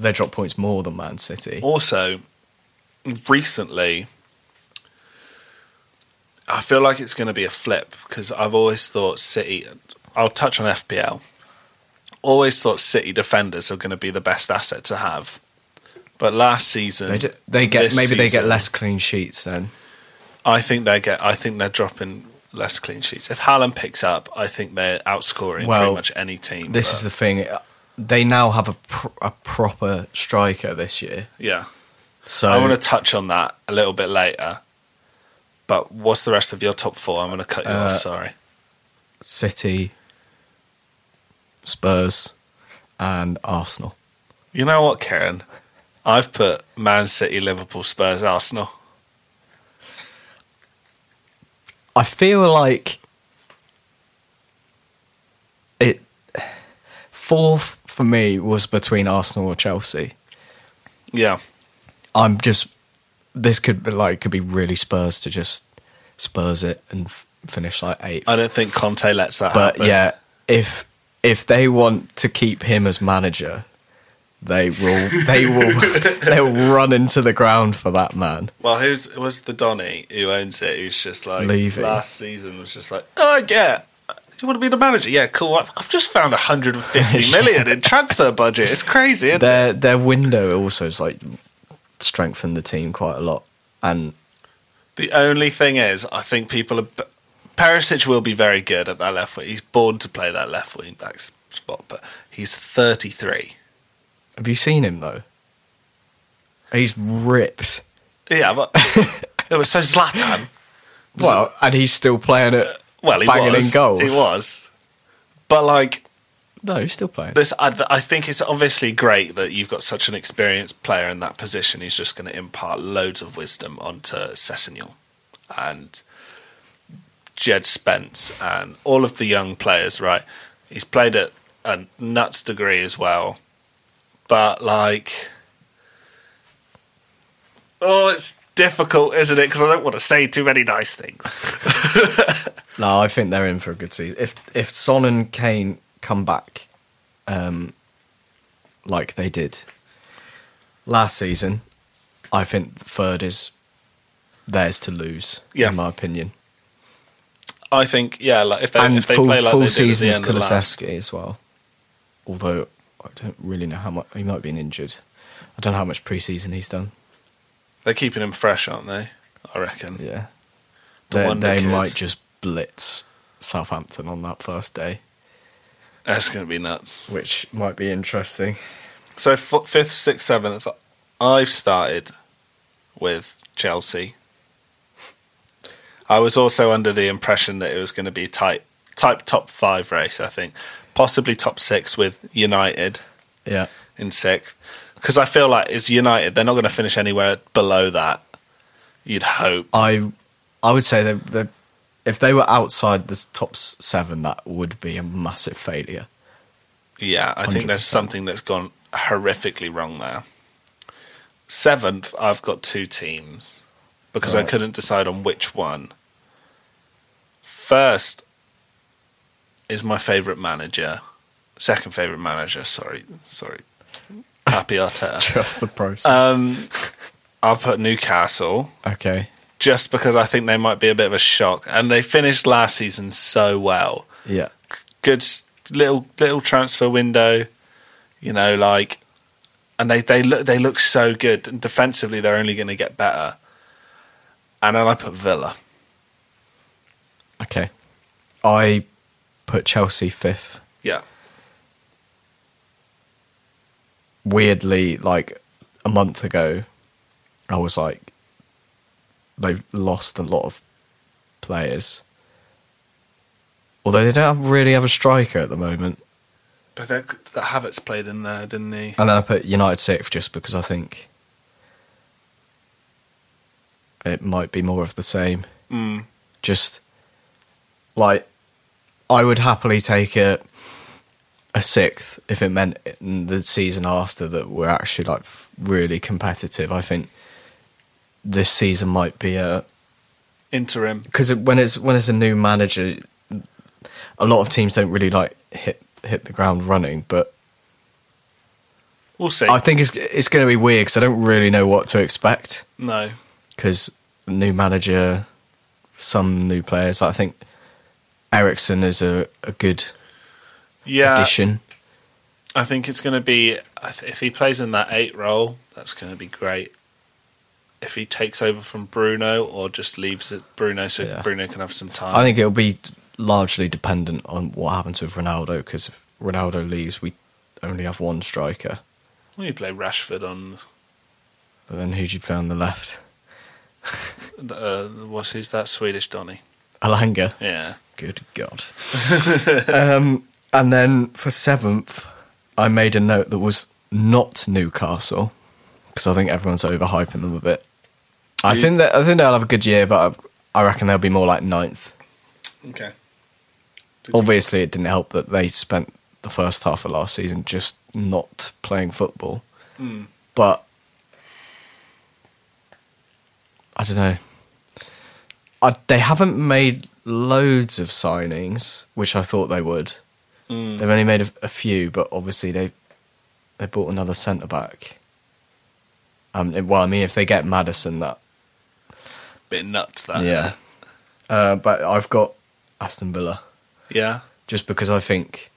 Speaker 3: they drop points more than Man City.
Speaker 2: also recently i feel like it's going to be a flip because i've always thought city i'll touch on fpl always thought city defenders are going to be the best asset to have but last season
Speaker 3: They, do, they get
Speaker 2: this
Speaker 3: maybe they get
Speaker 2: season,
Speaker 3: less clean sheets then.
Speaker 2: i think they get i think they're dropping less clean sheets if Haaland picks up i think they're outscoring pretty
Speaker 3: Well,
Speaker 2: much any team
Speaker 3: This
Speaker 2: but-
Speaker 3: is the thing. They now have a pr- a proper striker this year.
Speaker 2: yeah
Speaker 3: So
Speaker 2: I want to touch on that a little bit later. But what's the rest of your top four? I'm going to cut you
Speaker 3: Uh,
Speaker 2: off. Sorry.
Speaker 3: City, Spurs, and Arsenal.
Speaker 2: You know what, Karen? I've put Man City, Liverpool, Spurs, Arsenal.
Speaker 3: I feel like it fourth for me was between Arsenal or Chelsea.
Speaker 2: Yeah,
Speaker 3: I'm just this could be like could be really Spurs to just Spurs it and f- finish like eighth.
Speaker 2: I don't think Conte lets that
Speaker 3: but
Speaker 2: happen.
Speaker 3: yeah, if if they want to keep him as manager, they will they will they'll run into the ground for that man.
Speaker 2: Well, who's it was the Donny who owns it? Who's just like
Speaker 3: Levy.
Speaker 2: last season was just like, oh yeah, you want to be the manager? Yeah, cool. I've, I've just found 150 million in transfer budget. It's crazy. Isn't it?
Speaker 3: their their window also is like strengthened the team quite a lot, and
Speaker 2: The only thing is, I think people are. b- Perisic will be very good at that left wing. He's born to play that left wing back s- spot, but he's 33.
Speaker 3: have you seen him though? He's ripped.
Speaker 2: Yeah, but it was so Zlatan.
Speaker 3: Well, and he's still playing it.
Speaker 2: Well, he
Speaker 3: banging
Speaker 2: was.
Speaker 3: in goals.
Speaker 2: He was. But like
Speaker 3: No, he's still playing.
Speaker 2: this, I, I think it's obviously great that you've got such an experienced player in that position who's just going to impart loads of wisdom onto Sessegnon and Jed Spence and all of the young players. Right, he's played at a nuts degree as well, but like, oh, it's difficult, isn't it? Because I don't want to say too many nice things.
Speaker 3: No, I think they're in for a good season. If if Son and Kane come back, um, like they did last season, I think third is theirs to lose.
Speaker 2: Yeah.
Speaker 3: in my opinion,
Speaker 2: I think, yeah, like if they,
Speaker 3: and
Speaker 2: if they
Speaker 3: full,
Speaker 2: play like
Speaker 3: full
Speaker 2: they did at
Speaker 3: season
Speaker 2: the
Speaker 3: of
Speaker 2: end of last,
Speaker 3: Kulusevski as well. Although I don't really know how much he might have been injured. I don't know how much preseason he's done.
Speaker 2: they're keeping him fresh, aren't they? I reckon.
Speaker 3: Yeah,
Speaker 2: The
Speaker 3: they,
Speaker 2: wonder
Speaker 3: they
Speaker 2: kid.
Speaker 3: might just blitz Southampton on that first day,
Speaker 2: That's going to be nuts.
Speaker 3: which might be interesting.
Speaker 2: So f- fifth, sixth, seventh, I've started with Chelsea. I was also under the impression that it was going to be type type top five race. I think possibly top six with United
Speaker 3: Yeah.
Speaker 2: in sixth because I feel like it's United. They're not going to finish anywhere below that. You'd hope.
Speaker 3: I I would say that that if they were outside the top s- seven, that would be a massive failure.
Speaker 2: Yeah, I think there's
Speaker 3: 100%.
Speaker 2: something that's gone horrifically wrong there. Seventh, I've got two teams because I
Speaker 3: Right.
Speaker 2: couldn't decide on which one. First is my favourite manager, second favourite manager. Sorry, sorry, Happy Arteta.
Speaker 3: Trust the process.
Speaker 2: Um, I'll put Newcastle
Speaker 3: okay.
Speaker 2: just because I think they might be a bit of a shock, and they finished last season so well
Speaker 3: Yeah.
Speaker 2: good s- little little transfer window. You know, like, and they they look they look so good. And defensively, they're only going to get better. And then I put Villa.
Speaker 3: Okay. I put Chelsea fifth.
Speaker 2: Yeah,
Speaker 3: Weirdly, like a month ago, I was like, they've lost a lot of players. Although they don't have- really have a striker at the moment.
Speaker 2: but that that Havertz played in there, didn't he?
Speaker 3: And then I put United sixth just because I think it might be more of the same.
Speaker 2: Mm.
Speaker 3: Just like I would happily take a a sixth if it meant in the season after that we're actually like f- really competitive. I think this season might be a
Speaker 2: Interim.
Speaker 3: because it, when it's when it's a new manager, a lot of teams don't really like hit hit the ground running, but
Speaker 2: We'll see.
Speaker 3: I think it's it's going to be weird because I don't really know what to expect
Speaker 2: no.
Speaker 3: because new manager, some new players. I think Ericsson is a, a good
Speaker 2: Yeah.
Speaker 3: addition.
Speaker 2: I think it's going to be I th- if he plays in that eight role, that's going to be great. If he takes over from Bruno or just leaves it Bruno so
Speaker 3: Yeah.
Speaker 2: Bruno can have some time.
Speaker 3: I think it'll be largely dependent on what happens with Ronaldo because if Ronaldo leaves, we only have one striker.
Speaker 2: Well, you play Rashford on
Speaker 3: But then who do you play on the left?
Speaker 2: the, uh, what's who's that Swedish Donny?
Speaker 3: Alanga.
Speaker 2: Yeah,
Speaker 3: Good God. um, and then for seventh, I made a note that was not Newcastle because I think everyone's overhyping them a bit. I
Speaker 2: You-
Speaker 3: think that I think they'll have a good year, but I, I reckon they'll be more like ninth.
Speaker 2: okay.
Speaker 3: Obviously, it didn't help that they spent the first half of last season just not playing football. But I don't know. I, they haven't made loads of signings, which I thought they would.
Speaker 2: Hmm.
Speaker 3: They've only made a, a few, but obviously they they bought another centre back. Um, it- well, I mean, if they get Madison, that
Speaker 2: Bit nuts that.
Speaker 3: yeah. Uh, but I've got Aston Villa
Speaker 2: yeah.
Speaker 3: just because I think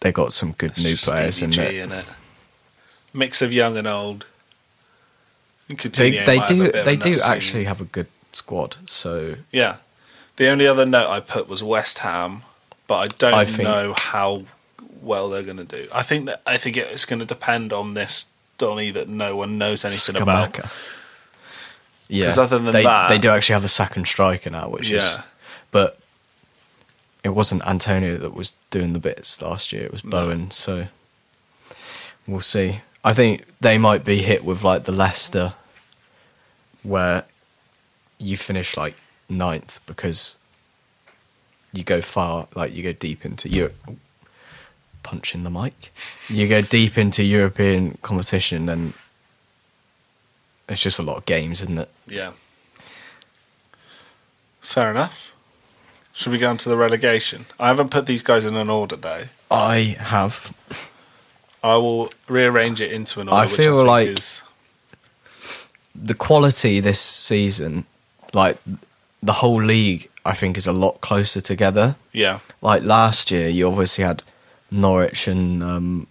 Speaker 3: they got some good
Speaker 2: It's
Speaker 3: new
Speaker 2: just
Speaker 3: players in
Speaker 2: Stevie
Speaker 3: there.
Speaker 2: G in it. Mix of young and old. And
Speaker 3: They
Speaker 2: Coutinho
Speaker 3: they
Speaker 2: might have a
Speaker 3: do
Speaker 2: bit of
Speaker 3: they
Speaker 2: a
Speaker 3: do
Speaker 2: nuts season.
Speaker 3: actually have a good squad. So
Speaker 2: Yeah. The only other note I put was West Ham, but I don't
Speaker 3: I think-
Speaker 2: know how well they're going to do. I think that I think it's going to depend on this Donny that no one knows anything about.
Speaker 3: Skamaka. Yeah,
Speaker 2: 'Cause other than
Speaker 3: they,
Speaker 2: that-
Speaker 3: they do actually have a second striker now, which
Speaker 2: Yeah.
Speaker 3: is. But it wasn't Antonio that was doing the bits last year; it was Bowen. So we'll see. I think they might be hit with like the Leicester, where you finish like ninth because you go far, like you go deep into Europe. Punching the mic, you go deep into European competition, and it's just a lot of games, isn't it?
Speaker 2: Yeah. Fair enough. Should we go on to the relegation? I haven't put these guys in an order though.
Speaker 3: I have.
Speaker 2: I will rearrange it into an order.
Speaker 3: I
Speaker 2: which
Speaker 3: feel
Speaker 2: think
Speaker 3: like-
Speaker 2: is-
Speaker 3: The quality this season, like the whole league, I think is a lot closer together.
Speaker 2: yeah,
Speaker 3: Like last year, you obviously had Norwich and um,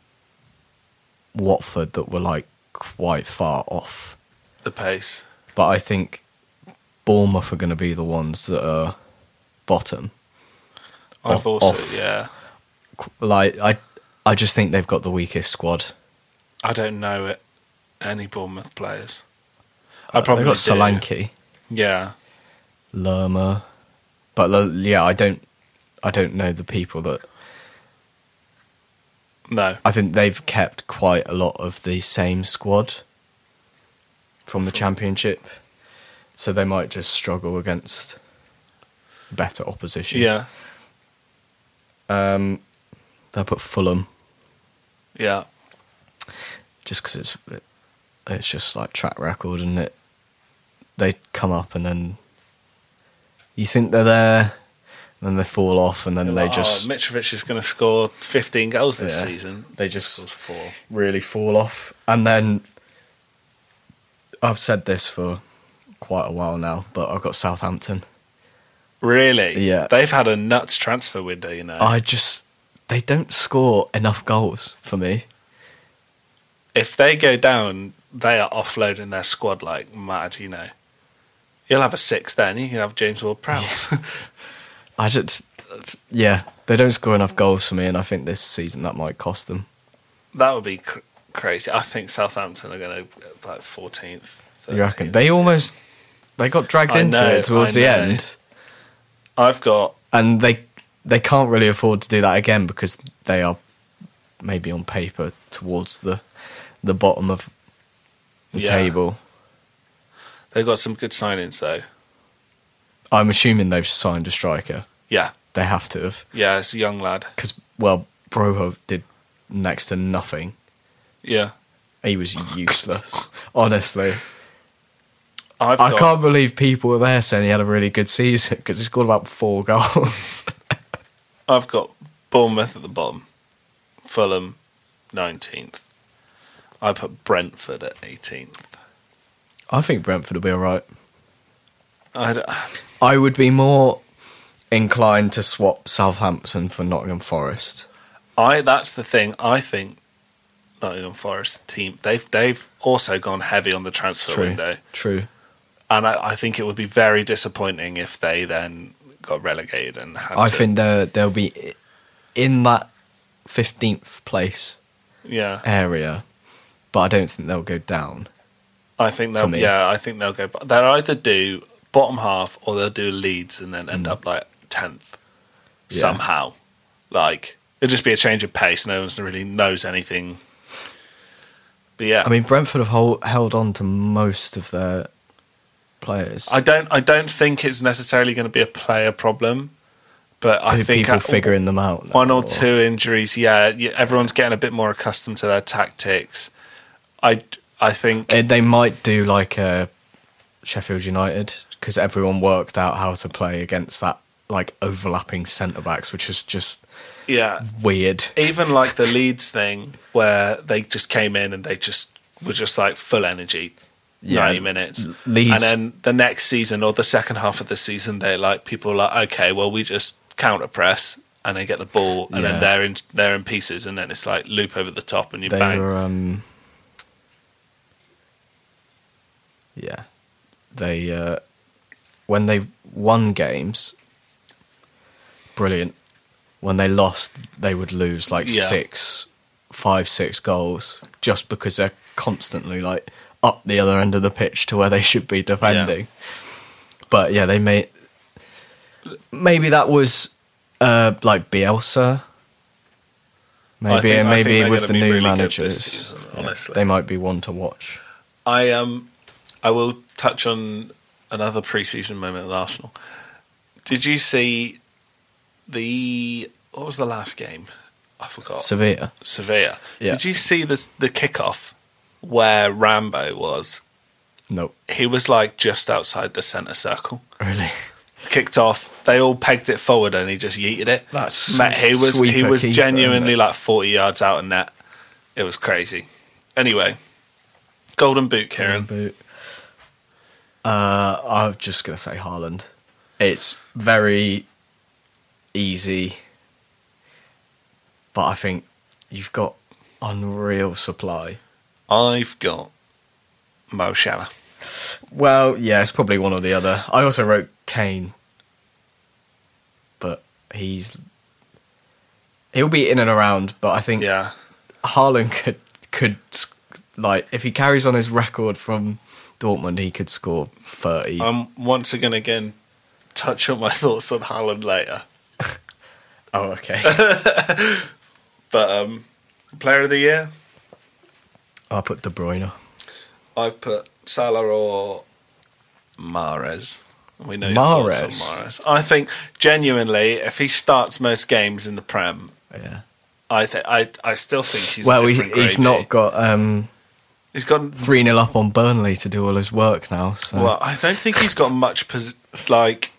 Speaker 3: Watford that were like quite far off.
Speaker 2: the pace.
Speaker 3: But I think Bournemouth are going to be the ones that are bottom.
Speaker 2: I've
Speaker 3: Off-
Speaker 2: also
Speaker 3: off.
Speaker 2: yeah.
Speaker 3: Qu- Like I, I just think they've got the weakest squad.
Speaker 2: I don't know it, any Bournemouth players. I
Speaker 3: Uh, They've
Speaker 2: probably
Speaker 3: got
Speaker 2: do.
Speaker 3: Solanke.
Speaker 2: Yeah,
Speaker 3: Lerma. But lo- yeah, I don't, I don't know the people that.
Speaker 2: no.
Speaker 3: I think they've kept quite a lot of the same squad from the championship, so they might just struggle against better opposition.
Speaker 2: Yeah,
Speaker 3: Um, they'll put Fulham
Speaker 2: yeah,
Speaker 3: just because it's it's just like track record, and it they come up and then you think they're there, and then they fall off, and then they
Speaker 2: Oh,
Speaker 3: just
Speaker 2: Mitrovic is going to score 15 goals this
Speaker 3: Yeah.
Speaker 2: season.
Speaker 3: They just-
Speaker 2: scores four.
Speaker 3: really fall off. And then I've said this for quite a while now, but I've got Southampton.
Speaker 2: Really?
Speaker 3: Yeah.
Speaker 2: They've had a nuts transfer window, you know.
Speaker 3: I just they don't score enough goals for me.
Speaker 2: If they go down, they are offloading their squad like mad. You know, you'll have a six then. You can have James Ward-Prowse.
Speaker 3: I just, yeah, they don't score enough goals for me, and I think this season that might cost them.
Speaker 2: that would be cr- crazy. I think Southampton are going to like fourteenth.
Speaker 3: You reckon they almost they got dragged
Speaker 2: I
Speaker 3: into
Speaker 2: know,
Speaker 3: it towards
Speaker 2: I
Speaker 3: the
Speaker 2: know.
Speaker 3: end,
Speaker 2: I've got
Speaker 3: and they they can't really afford to do that again because they are maybe on paper towards the the bottom of the
Speaker 2: Yeah.
Speaker 3: table.
Speaker 2: they've got some good signings though.
Speaker 3: I'm assuming they've signed a striker.
Speaker 2: Yeah,
Speaker 3: They have to have
Speaker 2: yeah, it's a young lad.
Speaker 3: because well, Broho did next to nothing.
Speaker 2: Yeah,
Speaker 3: He was useless, honestly.
Speaker 2: I've
Speaker 3: I
Speaker 2: got,
Speaker 3: can't believe people were there saying he had a really good season because he scored about four goals.
Speaker 2: I've got Bournemouth at the bottom, Fulham, nineteenth. I put Brentford at eighteenth.
Speaker 3: I think Brentford will be all right.
Speaker 2: I d-
Speaker 3: I would be more inclined to swap Southampton for Nottingham Forest.
Speaker 2: I that's the thing. I think Nottingham Forest team they've they've also gone heavy on the transfer window,
Speaker 3: True.
Speaker 2: and I, I think it would be very disappointing if they then got relegated and had
Speaker 3: I
Speaker 2: to-
Speaker 3: think they're- they'll be i- in that 15th place
Speaker 2: yeah
Speaker 3: area, but I don't think they'll go down.
Speaker 2: I think
Speaker 3: for
Speaker 2: they'll
Speaker 3: me.
Speaker 2: yeah I think they'll go but they'll either do bottom half or they'll do Leeds and then end up like tenth
Speaker 3: Mm. Yeah.
Speaker 2: somehow like it'll just be a change of pace no one's really knows anything but yeah
Speaker 3: I mean, Brentford have hold, held on to most of their players.
Speaker 2: I don't. I don't think it's necessarily going to be a player problem, but I
Speaker 3: Do
Speaker 2: think
Speaker 3: people
Speaker 2: uh,
Speaker 3: figuring them out. now,
Speaker 2: one or two injuries. Yeah, y- everyone's getting a bit more accustomed to their tactics. I I think
Speaker 3: Eh, They might do like uh, Sheffield United because everyone worked out how to play against that like overlapping centre backs, which is just
Speaker 2: yeah.
Speaker 3: weird.
Speaker 2: Even like the Leeds thing where they just came in and they just were just like full energy.
Speaker 3: Yeah,
Speaker 2: 90 minutes.
Speaker 3: L- Leeds-
Speaker 2: And then the next season or the second half of the season, they're like, people are like, okay, well, we just counter press and they get the ball and
Speaker 3: Yeah.
Speaker 2: then they're in, they're in pieces and then it's like loop over the top and you
Speaker 3: They
Speaker 2: bang.
Speaker 3: were, um, yeah, they uh, when they won games, brilliant. When they lost, they would lose like
Speaker 2: Yeah.
Speaker 3: six, five, six goals just because they're constantly like up the other end of the pitch to where they should be defending. But yeah, they may maybe that was uh, like Bielsa.
Speaker 2: I
Speaker 3: Maybe
Speaker 2: think- I think
Speaker 3: maybe
Speaker 2: they're
Speaker 3: with
Speaker 2: gonna
Speaker 3: the
Speaker 2: be
Speaker 3: new
Speaker 2: really good this
Speaker 3: managers,
Speaker 2: season,
Speaker 3: yeah,
Speaker 2: honestly.
Speaker 3: they might be one to watch.
Speaker 2: I um, I will touch on another preseason moment with Arsenal. Did you see the what was the last game? I forgot.
Speaker 3: Sevilla.
Speaker 2: Sevilla.
Speaker 3: Yeah.
Speaker 2: Did you see this the kickoff where Rambo was?
Speaker 3: Nope.
Speaker 2: He was like just outside the centre circle.
Speaker 3: Really?
Speaker 2: Kicked off. They all pegged it forward, and he just yeeted it.
Speaker 3: That's
Speaker 2: Mate, he was he
Speaker 3: sweeper
Speaker 2: was
Speaker 3: keeper,
Speaker 2: genuinely
Speaker 3: isn't
Speaker 2: like forty yards out of net. It was crazy. Anyway, golden boot, Kieran.
Speaker 3: Boot. Uh, I'm just gonna say Haaland. It's very easy, but I think you've got unreal supply.
Speaker 2: I've got Mo Salah.
Speaker 3: Well, yeah, it's probably one or the other. I also wrote Kane, but he's he'll be in and around. But I think
Speaker 2: Yeah.
Speaker 3: Haaland could could sc- like if he carries on his record from Dortmund, he could score thirty.
Speaker 2: I'm once again again touch on my thoughts on Haaland later.
Speaker 3: oh, okay.
Speaker 2: But um player of the year,
Speaker 3: I'll put De Bruyne.
Speaker 2: I've put Salah or Mares. We know your thoughts on Mares. I think genuinely, if he starts most games in the Prem,
Speaker 3: Yeah.
Speaker 2: I th- I I still think he's
Speaker 3: well,
Speaker 2: a
Speaker 3: he,
Speaker 2: different eh?
Speaker 3: he's
Speaker 2: gravy.
Speaker 3: not got um
Speaker 2: He's got
Speaker 3: three 0 up on Burnley to do all his work now. So
Speaker 2: Well, I don't think he's got much pos- like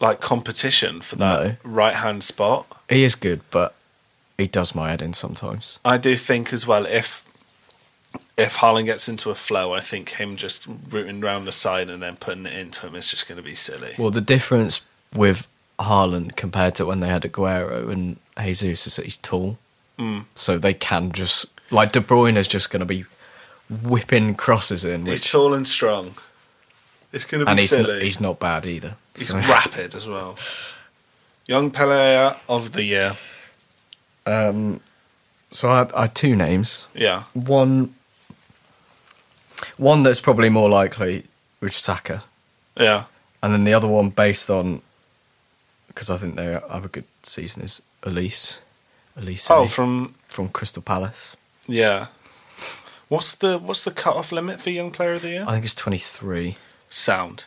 Speaker 2: like competition for that right hand spot.
Speaker 3: he is good, but he does my head in sometimes.
Speaker 2: I do think as well if if Haaland gets into a flow, I think him just rooting round the side and then putting it into him is just going to be silly.
Speaker 3: Well, the difference with Haaland compared to when they had Aguero and Jesus is that he's tall,
Speaker 2: Mm.
Speaker 3: so they can just like De Bruyne is just going to be whipping crosses in,
Speaker 2: He's
Speaker 3: which
Speaker 2: tall and strong. It's going to
Speaker 3: and
Speaker 2: be
Speaker 3: he's,
Speaker 2: silly.
Speaker 3: he's not bad either.
Speaker 2: He's
Speaker 3: So,
Speaker 2: rapid as well. Young player of the year.
Speaker 3: um, so I, I had two names.
Speaker 2: Yeah.
Speaker 3: One, one that's probably more likely, which is Saka,
Speaker 2: Yeah.
Speaker 3: and then the other one based on because I think they have a good season is Elise, Elise
Speaker 2: Oh, from
Speaker 3: from Crystal Palace.
Speaker 2: yeah. What's the what's the cut off limit for young player of the year?
Speaker 3: I think it's twenty three.
Speaker 2: Sound.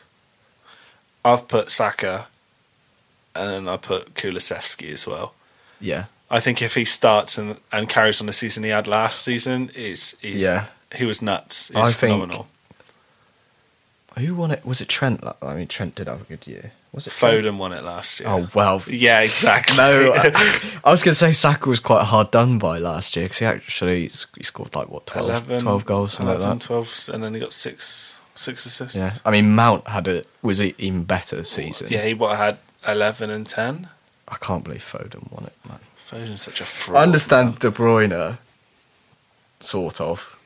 Speaker 2: I've put Saka and I put Kulisevsky as well.
Speaker 3: Yeah,
Speaker 2: I think if he starts and, and carries on the season he had last season, is he's
Speaker 3: Yeah.
Speaker 2: he was nuts. He's
Speaker 3: I think-
Speaker 2: phenomenal.
Speaker 3: who won it? Was it Trent? la- I mean, Trent did have a good year. Was it Trent?
Speaker 2: Foden won it last year.
Speaker 3: Oh well,
Speaker 2: Yeah, exactly.
Speaker 3: no. I, I was going to say Saka was quite hard done by last year because he actually s- he scored like what 12, 12 goals something
Speaker 2: 11,
Speaker 3: like that.
Speaker 2: 12, and then he got six six assists.
Speaker 3: Yeah, I mean Mount had a was an even better season.
Speaker 2: Yeah, he what, had 11 and 10.
Speaker 3: I can't believe Foden won it, man.
Speaker 2: Foden's such a fraud.
Speaker 3: I understand De Bruyne, sort of,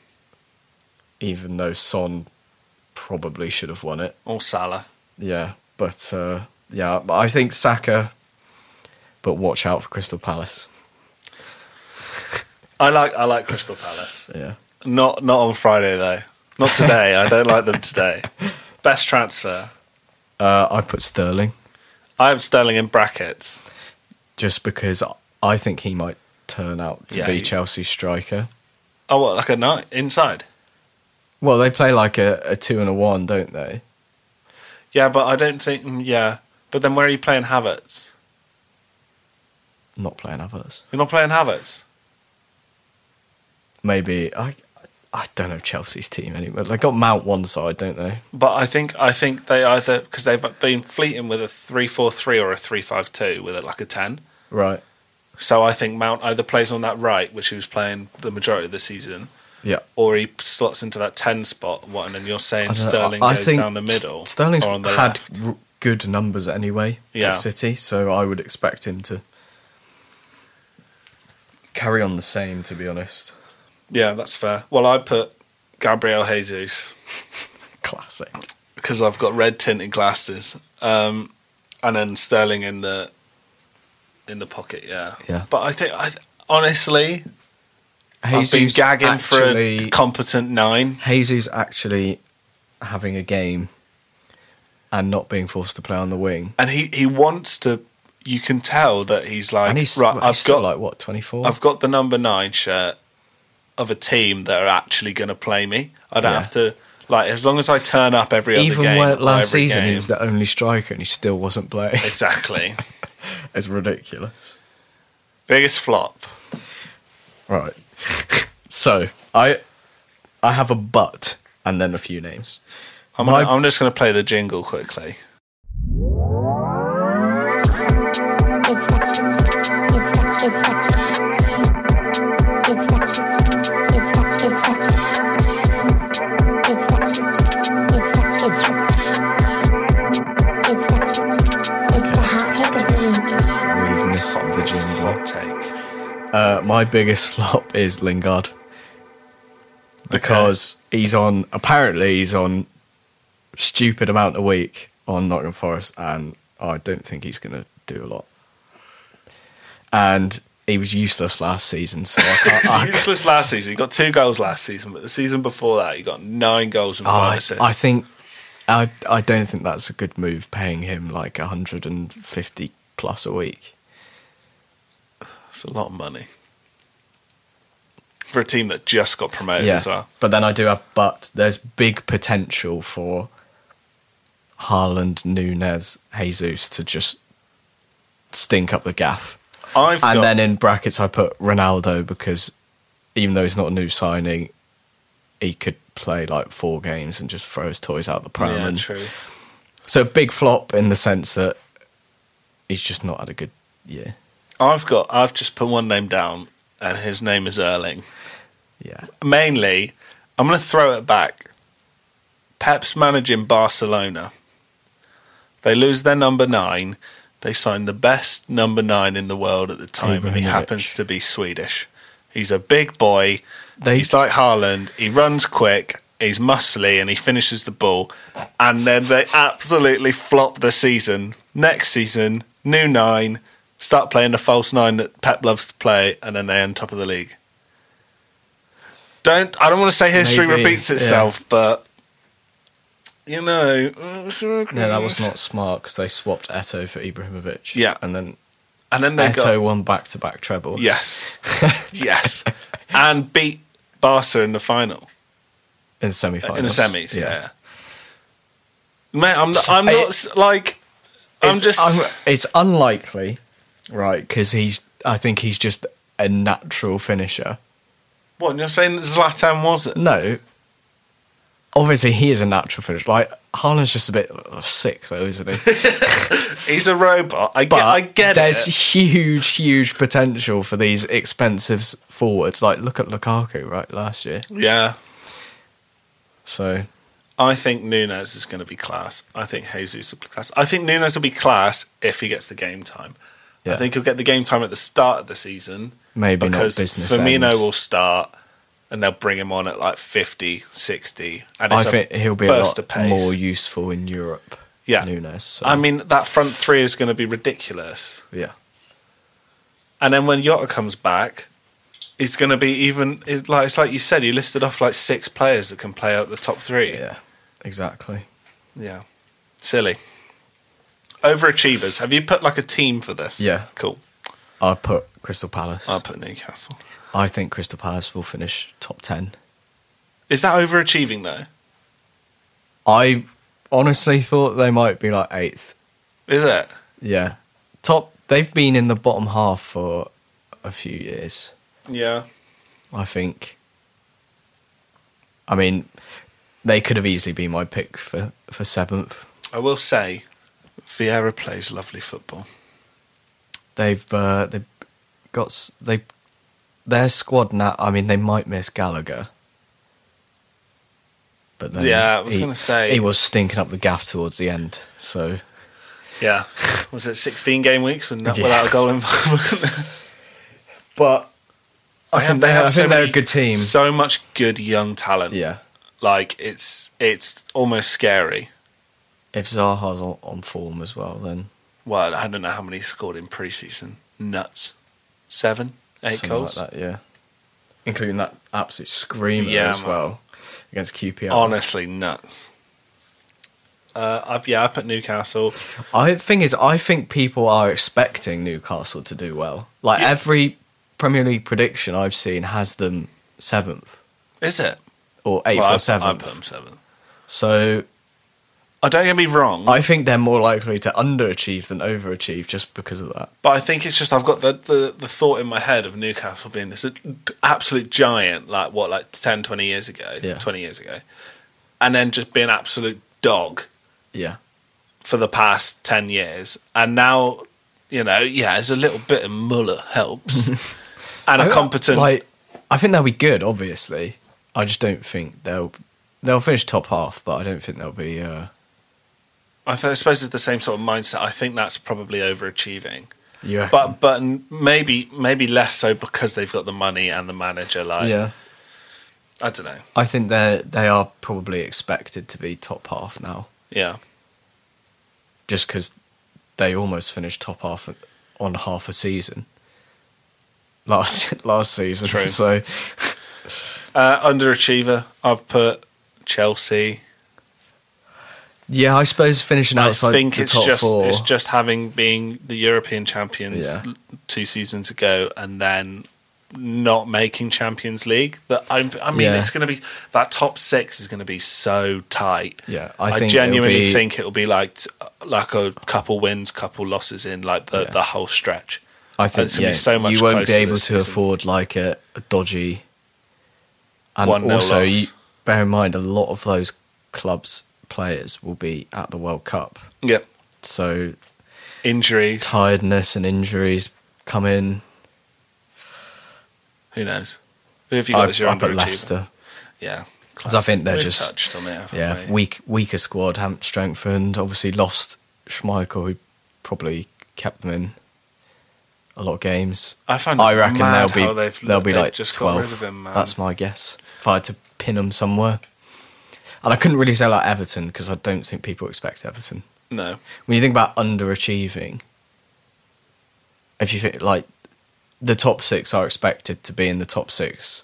Speaker 3: even though Son probably should have won it.
Speaker 2: Or Salah.
Speaker 3: Yeah, but uh, yeah, but I think Saka. But watch out for Crystal Palace.
Speaker 2: I like I like Crystal Palace.
Speaker 3: Yeah,
Speaker 2: Not not on Friday though. Not today. I don't like them today. Best transfer.
Speaker 3: uh, I put Sterling
Speaker 2: I have Sterling in brackets.
Speaker 3: just because I think he might turn out to
Speaker 2: Yeah,
Speaker 3: be
Speaker 2: he-
Speaker 3: Chelsea's striker.
Speaker 2: Oh, what like a night inside?
Speaker 3: Well, they play like a, a two and a one, don't they?
Speaker 2: Yeah, but I don't think. mm, Yeah, but then where are you playing Havertz?
Speaker 3: Not playing others.
Speaker 2: You're not playing Havertz.
Speaker 3: Maybe I. I don't know Chelsea's team anyway. They got Mount one side, don't they?
Speaker 2: But I think I think they either because they've been fleeting with a three four three or a three five two with it like a ten.
Speaker 3: Right.
Speaker 2: So I think Mount either plays on that right, which he was playing the majority of the season,
Speaker 3: Yeah.
Speaker 2: or he slots into that ten spot. What and then you're saying
Speaker 3: I don't know.
Speaker 2: Sterling
Speaker 3: I
Speaker 2: goes
Speaker 3: think
Speaker 2: down the middle.
Speaker 3: S- Sterling's
Speaker 2: or on the
Speaker 3: had
Speaker 2: left.
Speaker 3: r- good numbers anyway
Speaker 2: Yeah.
Speaker 3: at City, so I would expect him to carry on the same. To be honest,
Speaker 2: Yeah, that's fair. Well, I put Gabriel Jesus
Speaker 3: classic.
Speaker 2: because I've got red tinted glasses, um, and then Sterling in the in the pocket. Yeah,
Speaker 3: Yeah.
Speaker 2: But I think I honestly I've been gagging for a
Speaker 3: actually,
Speaker 2: competent nine.
Speaker 3: Jesus actually having a game and not being forced to play on the wing.
Speaker 2: and he he wants to. You can tell that he's like,
Speaker 3: and he's,
Speaker 2: right,
Speaker 3: well, he's
Speaker 2: I've
Speaker 3: still
Speaker 2: got
Speaker 3: like what twenty four.
Speaker 2: I've got the number nine shirt of a team that are actually going to play me. I don't
Speaker 3: Yeah.
Speaker 2: have to like as long as I turn up every other
Speaker 3: Even
Speaker 2: game.
Speaker 3: when
Speaker 2: or
Speaker 3: last
Speaker 2: every
Speaker 3: season he
Speaker 2: game.
Speaker 3: was the only striker and he still wasn't playing.
Speaker 2: exactly
Speaker 3: It's ridiculous.
Speaker 2: biggest flop.
Speaker 3: Right. so I I have a but and then a few names.
Speaker 2: I'm
Speaker 3: My-
Speaker 2: gonna, I'm just going to play the jingle quickly.
Speaker 4: It's the it's the it's the it's the it's the it's the it's the it's the it's it's the it's the hot take of the week.
Speaker 3: We've missed the
Speaker 2: Biggest
Speaker 3: jingle.
Speaker 2: hot take.
Speaker 3: Uh, my biggest flop is Lingard because he's on apparently he's on stupid amount a week on Nottingham Forest and I don't think he's going to do a lot. And he was useless last season, so I can't. I,
Speaker 2: He's useless last season. He got two goals last season, but the season before that, he got nine goals and five
Speaker 3: I,
Speaker 2: assists.
Speaker 3: I think I I don't think that's a good move paying him like 150 plus a week.
Speaker 2: it's a lot of money for a team that just got promoted as well.
Speaker 3: But then I do have but there's big potential for Haaland, Nunes, Jesus to just stink up the gaff.
Speaker 2: I've
Speaker 3: And
Speaker 2: got,
Speaker 3: then in brackets I put Ronaldo because even though he's not a new signing, he could play like four games and just throw his toys out the pram.
Speaker 2: yeah,
Speaker 3: and
Speaker 2: true.
Speaker 3: So big flop in the sense that he's just not had a good year.
Speaker 2: I've got I've just put one name down and his name is Erling.
Speaker 3: Yeah.
Speaker 2: Mainly, I'm going to throw it back. Pep's managing Barcelona. They lose their number 9. They signed the best number nine in the world at the time, and he
Speaker 3: Ibrahimovic.
Speaker 2: happens to be Swedish. He's a big boy.
Speaker 3: They-
Speaker 2: He's like Haaland. He runs quick. He's muscly, and he finishes the ball. And then they absolutely flop the season. Next season, new nine. Start playing the false nine that Pep loves to play, and then they end top of the league. Don't I don't want to say history
Speaker 3: Maybe,
Speaker 2: repeats
Speaker 3: yeah.
Speaker 2: itself, but you know, no,
Speaker 3: No, that was not smart because they swapped Eto for Ibrahimovic.
Speaker 2: Yeah.
Speaker 3: and then
Speaker 2: And then they
Speaker 3: Eto
Speaker 2: got
Speaker 3: won back-to-back treble.
Speaker 2: yes, yes, and beat Barca in the final
Speaker 3: in the semi-finals.
Speaker 2: in the semis. Yeah, man, I'm not, I'm not
Speaker 3: I-
Speaker 2: s- like I'm
Speaker 3: it's,
Speaker 2: just
Speaker 3: it's unlikely, right? Because he's. I think he's just a natural finisher.
Speaker 2: what you're saying. that Zlatan wasn't.
Speaker 3: No. Obviously, he is a natural finisher. Like Haaland's just a bit uh, sick, though, isn't he?
Speaker 2: He's a robot. I
Speaker 3: But
Speaker 2: get. I get
Speaker 3: there's
Speaker 2: it.
Speaker 3: huge, huge potential for these expensive s- forwards. Like look at Lukaku, right last year.
Speaker 2: Yeah,
Speaker 3: So
Speaker 2: I think Nunes is going to be class. I think Jesus will be class. I think Nunes will be class if he gets the game time. I
Speaker 3: Yeah.
Speaker 2: think he'll get the game time at the start of the season.
Speaker 3: Maybe not
Speaker 2: because
Speaker 3: business
Speaker 2: Firmino
Speaker 3: end.
Speaker 2: will start and they'll bring him on at like 50, 60. And
Speaker 3: I
Speaker 2: it's a
Speaker 3: think he'll be a
Speaker 2: burst of
Speaker 3: lot
Speaker 2: pace.
Speaker 3: more useful in Europe.
Speaker 2: Yeah.
Speaker 3: Nunes. so-
Speaker 2: I mean, that front three is going to be ridiculous.
Speaker 3: yeah.
Speaker 2: And then when Yotta comes back, it's going to be even it, like it's like you said. You listed off like six players that can play out the top three.
Speaker 3: Yeah, exactly.
Speaker 2: Yeah. Silly. Overachievers. Have you put like a team for this?
Speaker 3: Yeah.
Speaker 2: Cool.
Speaker 3: I put Crystal Palace.
Speaker 2: I'll put Newcastle.
Speaker 3: I think Crystal Palace will finish top 10.
Speaker 2: Is that overachieving though?
Speaker 3: I honestly thought they might be like 8th.
Speaker 2: Is it?
Speaker 3: Yeah. Top they've been in the bottom half for a few years,
Speaker 2: Yeah.
Speaker 3: I think. I mean, they could have easily been my pick for for 7th.
Speaker 2: I will say, Vieira plays lovely football.
Speaker 3: They've uh, they've got s- they their squad now. I mean, they might miss Gallagher, but then
Speaker 2: Yeah, I was
Speaker 3: he-
Speaker 2: gonna say-
Speaker 3: he was stinking up the gaff towards the end. So
Speaker 2: Yeah. Was it 16 game weeks with not
Speaker 3: Yeah.
Speaker 2: without a goal involvement?
Speaker 3: but I
Speaker 2: Man,
Speaker 3: think they, I
Speaker 2: so
Speaker 3: think they're
Speaker 2: many-
Speaker 3: a good team.
Speaker 2: So much good young talent.
Speaker 3: yeah,
Speaker 2: Like it's it's almost scary.
Speaker 3: if Zaha's on, on form as well, then
Speaker 2: Well, I don't know how many he scored in preseason. Nuts. Seven, eight
Speaker 3: something
Speaker 2: goals.
Speaker 3: like that, yeah, including that absolute screamer
Speaker 2: Yeah,
Speaker 3: as
Speaker 2: man.
Speaker 3: well against QPR.
Speaker 2: Honestly, nuts. Uh, I've, yeah, I put Newcastle.
Speaker 3: I thing is, I think people are expecting Newcastle to do well. Like
Speaker 2: Yeah.
Speaker 3: every Premier League prediction I've seen has them seventh
Speaker 2: Is it?
Speaker 3: or eighth
Speaker 2: Well, I,
Speaker 3: or
Speaker 2: I
Speaker 3: seventh.
Speaker 2: put them seventh.
Speaker 3: so
Speaker 2: I don't get me wrong,
Speaker 3: I think they're more likely to underachieve than overachieve just because of that.
Speaker 2: but I think it's just I've got the, the, the thought in my head of Newcastle being this absolute giant, like what, like 10, 20 years ago,
Speaker 3: Yeah.
Speaker 2: 20 years ago, and then just being absolute dog
Speaker 3: Yeah,
Speaker 2: for the past 10 years. And now, you know, yeah, there's a little bit of Muller helps and a competent.
Speaker 3: Like I think they'll be good. Obviously, I just don't think they'll they'll finish top half, but I don't think they'll be. Uh,
Speaker 2: I, th- I suppose it's the same sort of mindset. I think that's probably overachieving.
Speaker 3: you reckon?
Speaker 2: But but maybe maybe less so because they've got the money and the manager. Like
Speaker 3: yeah,
Speaker 2: I don't know.
Speaker 3: I think they they are probably expected to be top half now.
Speaker 2: Yeah,
Speaker 3: just because they almost finished top half on half a season last last season.
Speaker 2: True.
Speaker 3: So
Speaker 2: uh, underachiever. I've put Chelsea.
Speaker 3: yeah, I suppose finishing outside
Speaker 2: I think
Speaker 3: the
Speaker 2: it's
Speaker 3: top
Speaker 2: just
Speaker 3: four.
Speaker 2: it's just having being the European champions
Speaker 3: Yeah.
Speaker 2: l- two seasons ago and then not making Champions League. That I'm, I mean,
Speaker 3: Yeah.
Speaker 2: it's going to be that top six is going to be so tight.
Speaker 3: Yeah, I think it'll
Speaker 2: genuinely
Speaker 3: be-
Speaker 2: think it'll be like t- like a couple wins, couple losses in like the
Speaker 3: Yeah.
Speaker 2: the whole stretch.
Speaker 3: I think
Speaker 2: it's gonna
Speaker 3: yeah,
Speaker 2: be so much
Speaker 3: you won't
Speaker 2: closer
Speaker 3: be able
Speaker 2: this
Speaker 3: to
Speaker 2: season.
Speaker 3: afford like a, a dodgy. And
Speaker 2: 1-0
Speaker 3: also,
Speaker 2: loss.
Speaker 3: you, bear in mind a lot of those clubs players will be at the World Cup,
Speaker 2: Yep.
Speaker 3: so
Speaker 2: Injuries.
Speaker 3: tiredness and injuries come in.
Speaker 2: Who knows? Who have you got
Speaker 3: I,
Speaker 2: as your
Speaker 3: I put
Speaker 2: underachiever?
Speaker 3: Leicester.
Speaker 2: Yeah.
Speaker 3: 'Cause I think they're
Speaker 2: We've
Speaker 3: just-
Speaker 2: touched on it, haven't
Speaker 3: yeah,
Speaker 2: we?
Speaker 3: weak weaker squad, haven't strengthened. Obviously lost Schmeichel, who probably kept them in a lot of games.
Speaker 2: I found.
Speaker 3: I
Speaker 2: it
Speaker 3: reckon
Speaker 2: mad
Speaker 3: they'll
Speaker 2: how
Speaker 3: be
Speaker 2: they've,
Speaker 3: they'll be
Speaker 2: they've
Speaker 3: like
Speaker 2: just
Speaker 3: twelve.
Speaker 2: Got rid of him, man.
Speaker 3: That's my guess. If I had to pin them somewhere, and I couldn't really say like Everton because I don't think people expect Everton.
Speaker 2: no.
Speaker 3: When you think about underachieving, if you think like the top six are expected to be in the top six,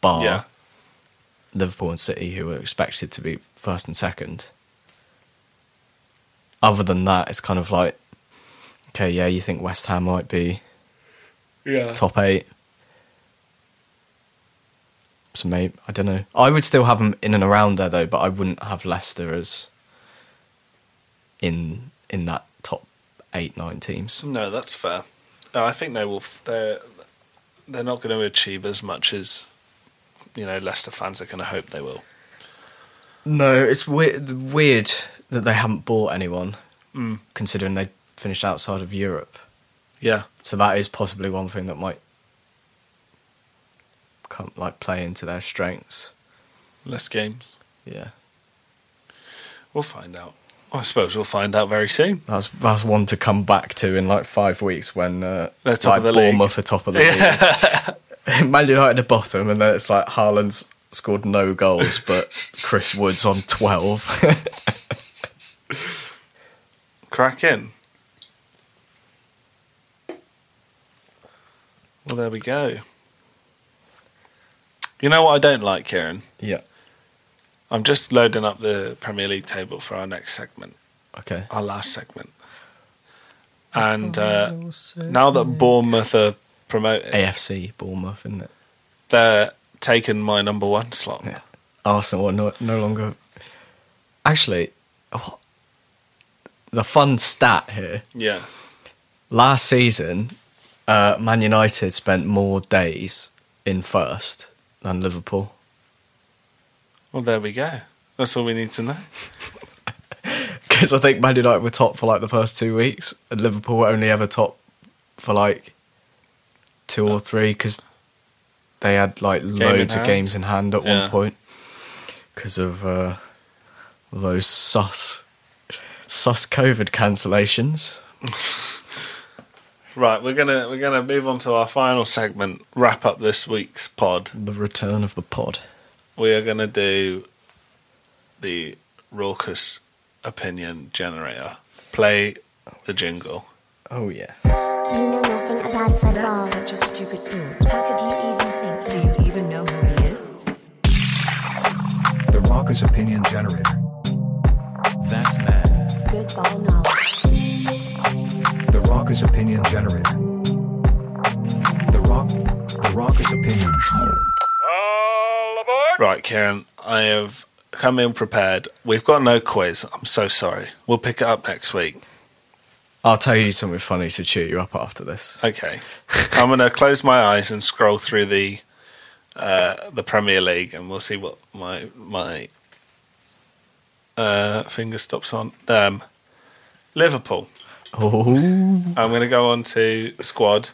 Speaker 3: bar
Speaker 2: Yeah.
Speaker 3: Liverpool and City, who are expected to be first and second. Other than that, it's kind of like, okay, yeah, you think West Ham might be
Speaker 2: Yeah.
Speaker 3: top eight. So maybe I don't know. I would still have them in and around there though, but I wouldn't have Leicester as in in that top eight nine teams.
Speaker 2: No, that's fair. No, I think they will. f- They're they're not going to achieve as much as you know Leicester fans are going to hope they will.
Speaker 3: No, it's weird weird that they haven't bought anyone, considering they finished outside of Europe.
Speaker 2: Yeah.
Speaker 3: So that is possibly one thing that might come like play into their strengths.
Speaker 2: Less games.
Speaker 3: Yeah,
Speaker 2: We'll find out. I suppose we'll find out very soon.
Speaker 3: that's that's one to come back to in like five weeks when uh,
Speaker 2: They're top
Speaker 3: like
Speaker 2: of the league.
Speaker 3: Bournemouth are top of the league, Man United are bottom, and then it's like Haaland's scored no goals, but Chris Woods on twelve.
Speaker 2: Crack in. Well, there we go. You know what I don't like, Kieran?
Speaker 3: yeah.
Speaker 2: I'm just loading up the Premier League table for our next segment,
Speaker 3: Okay.
Speaker 2: our last segment. And uh, now that Bournemouth are promoted,
Speaker 3: AFC Bournemouth, isn't it?
Speaker 2: they're taking my number one slot.
Speaker 3: Yeah. Arsenal are no, no longer. Actually, oh, the fun stat here.
Speaker 2: Yeah.
Speaker 3: last season, uh, Man United spent more days in first than Liverpool.
Speaker 2: Well, there we go. That's all we need to know.
Speaker 3: Because I think Man United were top for like the first two weeks, and Liverpool were only ever top for like two or three because they had like
Speaker 2: in
Speaker 3: loads of
Speaker 2: hand.
Speaker 3: games in hand at
Speaker 2: Yeah.
Speaker 3: one point because of uh, those sus sus COVID cancellations.
Speaker 2: Right, we're gonna we're gonna move on to our final segment, wrap up this week's pod.
Speaker 3: The return of the pod.
Speaker 2: We are gonna do the raucous opinion generator. Play the jingle.
Speaker 3: Oh yes.
Speaker 4: You know nothing about football.
Speaker 5: That's such a stupid dude. How could you even think? Do you even know who he is?
Speaker 6: The Raucous Opinion Generator.
Speaker 7: That's mad.
Speaker 5: Good ball knowledge.
Speaker 6: The Raucous Opinion Generator. The Rock. The Raucous Opinion.
Speaker 2: Right, Karen, I have come in prepared. We've got no quiz. I'm so sorry. We'll pick it up next week.
Speaker 3: I'll tell you something funny to cheer you up after this.
Speaker 2: Okay. I'm gonna close my eyes and scroll through the uh, the Premier League and we'll see what my my uh, finger stops on. Um, Liverpool.
Speaker 3: Oh,
Speaker 2: I'm going to go on to squad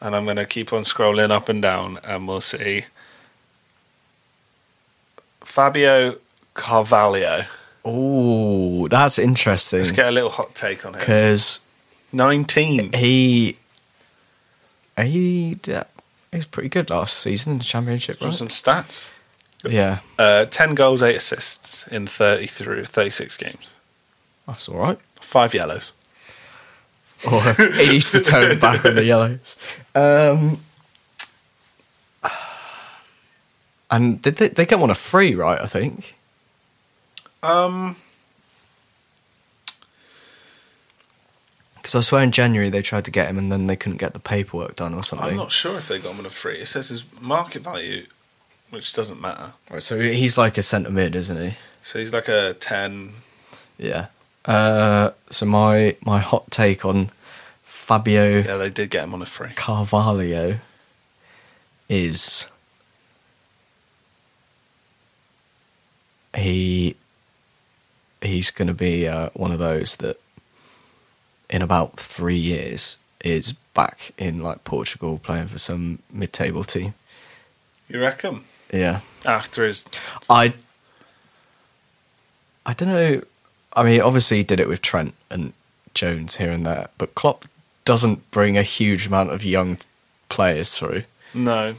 Speaker 2: and I'm going to keep on scrolling up and down and we'll see Fabio Carvalho.
Speaker 3: oh, that's interesting
Speaker 2: Let's get a little hot take on him.
Speaker 3: because
Speaker 2: 19.
Speaker 3: he he uh, he was pretty good last season in the championship,
Speaker 2: From
Speaker 3: right?
Speaker 2: some stats.
Speaker 3: Yeah,
Speaker 2: Uh, 10 goals, 8 assists in 30 through 36 games.
Speaker 3: that's all right.
Speaker 2: Five yellows.
Speaker 3: Or he needs to tone back on the yellows. Um, and did they, they get one a free, right? I think.
Speaker 2: Um,
Speaker 3: Because I swear in January they tried to get him and then they couldn't get the paperwork done or something.
Speaker 2: I'm not sure if they got him on a free. It says his market value, which doesn't matter.
Speaker 3: Right, so he's like a centre mid, isn't he?
Speaker 2: So he's like a 10.
Speaker 3: Yeah. Uh, so my my hot take on Fabio
Speaker 2: Yeah, they did get him on a free.
Speaker 3: Carvalho is he he's going to be uh, one of those that in about three years is back in like Portugal playing for some mid-table team.
Speaker 2: You reckon?
Speaker 3: Yeah.
Speaker 2: After his
Speaker 3: I I don't know. I mean, obviously he did it with Trent and Jones here and there, but Klopp doesn't bring a huge amount of young t- players through.
Speaker 2: No.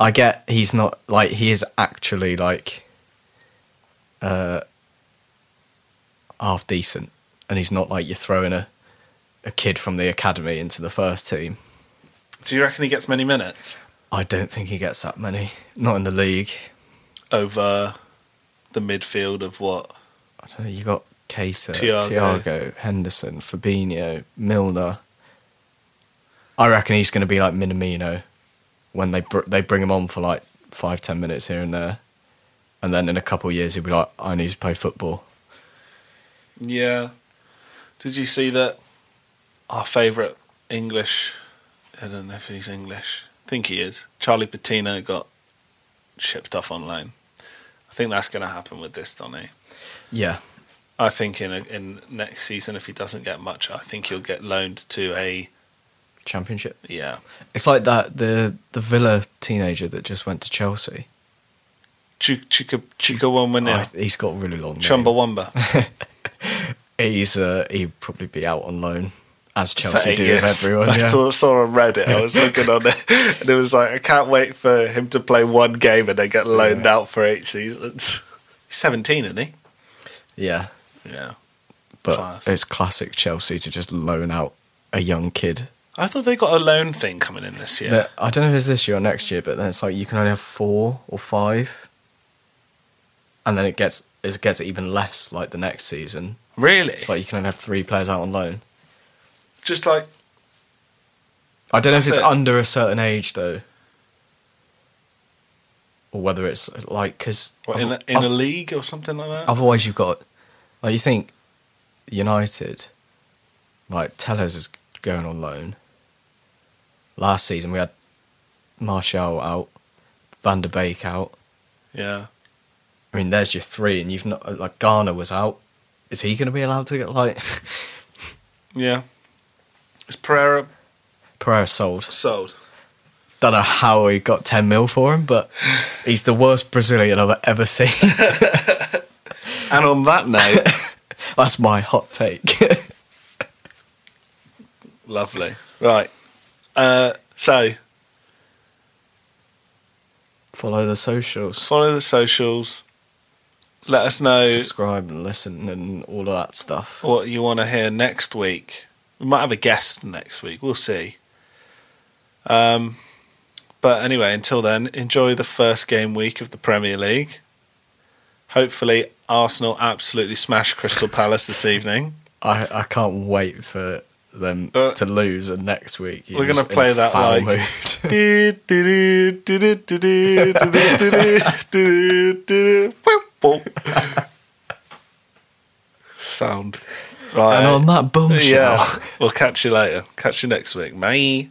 Speaker 3: I get he's not like he is actually like uh half decent and he's not like you're throwing a a kid from the academy into the first team.
Speaker 2: Do you reckon he gets many minutes
Speaker 3: I don't think he gets that many. Not in the league.
Speaker 2: over the midfield of what?
Speaker 3: I don't know, you got Kaser,
Speaker 2: Thiago.
Speaker 3: Tiago, Henderson, Fabinho, Milner. I reckon he's going to be like Minamino when they br- they bring him on for like five ten minutes here and there, and then in a couple of years he'll be like, I need to play football.
Speaker 2: Yeah. Did you see that our favourite English, I don't know if he's English, I think he is, Charlie Patino got shipped off on loan. I think that's going to happen with this, Donny.
Speaker 3: Yeah,
Speaker 2: I think in a, in next season, if he doesn't get much, I think he'll get loaned to a
Speaker 3: championship.
Speaker 2: yeah
Speaker 3: It's like that the the Villa teenager that just went to Chelsea.
Speaker 2: Chuka Chukawamba now
Speaker 3: I- he's got a really long. name.
Speaker 2: Chumbawamba.
Speaker 3: He's uh, he'd probably be out on loan as
Speaker 2: for
Speaker 3: Chelsea
Speaker 2: eight
Speaker 3: do
Speaker 2: years.
Speaker 3: with everyone.
Speaker 2: I
Speaker 3: yeah.
Speaker 2: saw, saw on Reddit. I was looking on it, and it was like, I can't wait for him to play one game and then get loaned out for eight seasons. He's seventeen, isn't he?
Speaker 3: yeah.
Speaker 2: Yeah.
Speaker 3: but
Speaker 2: Class.
Speaker 3: it's classic Chelsea to just loan out a young kid.
Speaker 2: I thought they got a loan thing coming in this year.
Speaker 3: That- I don't know if it's this year or next year, but then it's like you can only have four or five, and then it gets it gets even less like the next season.
Speaker 2: really?
Speaker 3: It's like you can only have three players out on loan.
Speaker 2: Just like
Speaker 3: I don't know if
Speaker 2: That's
Speaker 3: it's
Speaker 2: it.
Speaker 3: under a certain age though, or whether it's like because
Speaker 2: what, in a, in a league or something like that.
Speaker 3: otherwise you've got like you think United like Tellers is going on loan. Last season we had Martial out, Van der Beek out.
Speaker 2: yeah.
Speaker 3: I mean, there's your three, and you've not like Garner was out. Is he going to be allowed to get like
Speaker 2: Yeah. Is Pereira
Speaker 3: Pereira sold?
Speaker 2: sold?
Speaker 3: Don't know how he got ten mil for him, but he's the worst Brazilian I've ever seen.
Speaker 2: And on that note,
Speaker 3: That's my hot take.
Speaker 2: lovely. Right. Uh, so
Speaker 3: Follow the socials.
Speaker 2: follow the socials. Let us know
Speaker 3: subscribe and listen and all of that stuff.
Speaker 2: what you want to hear next week. We might have a guest next week. We'll see. Um, but anyway, until then, enjoy the first game week of the Premier League. Hopefully, Arsenal absolutely smash Crystal Palace this evening.
Speaker 3: I I can't wait for them
Speaker 2: Uh,
Speaker 3: to lose and next week. you're
Speaker 2: We're gonna
Speaker 3: just in
Speaker 2: play that
Speaker 3: foul
Speaker 2: like.
Speaker 3: mood.
Speaker 2: Do, do, do, do, do, do, do, do, do, do, do, do, boop, boop. Sound right.
Speaker 3: and on that bombshell.
Speaker 2: yeah, we'll catch you later. Catch you next week. Bye.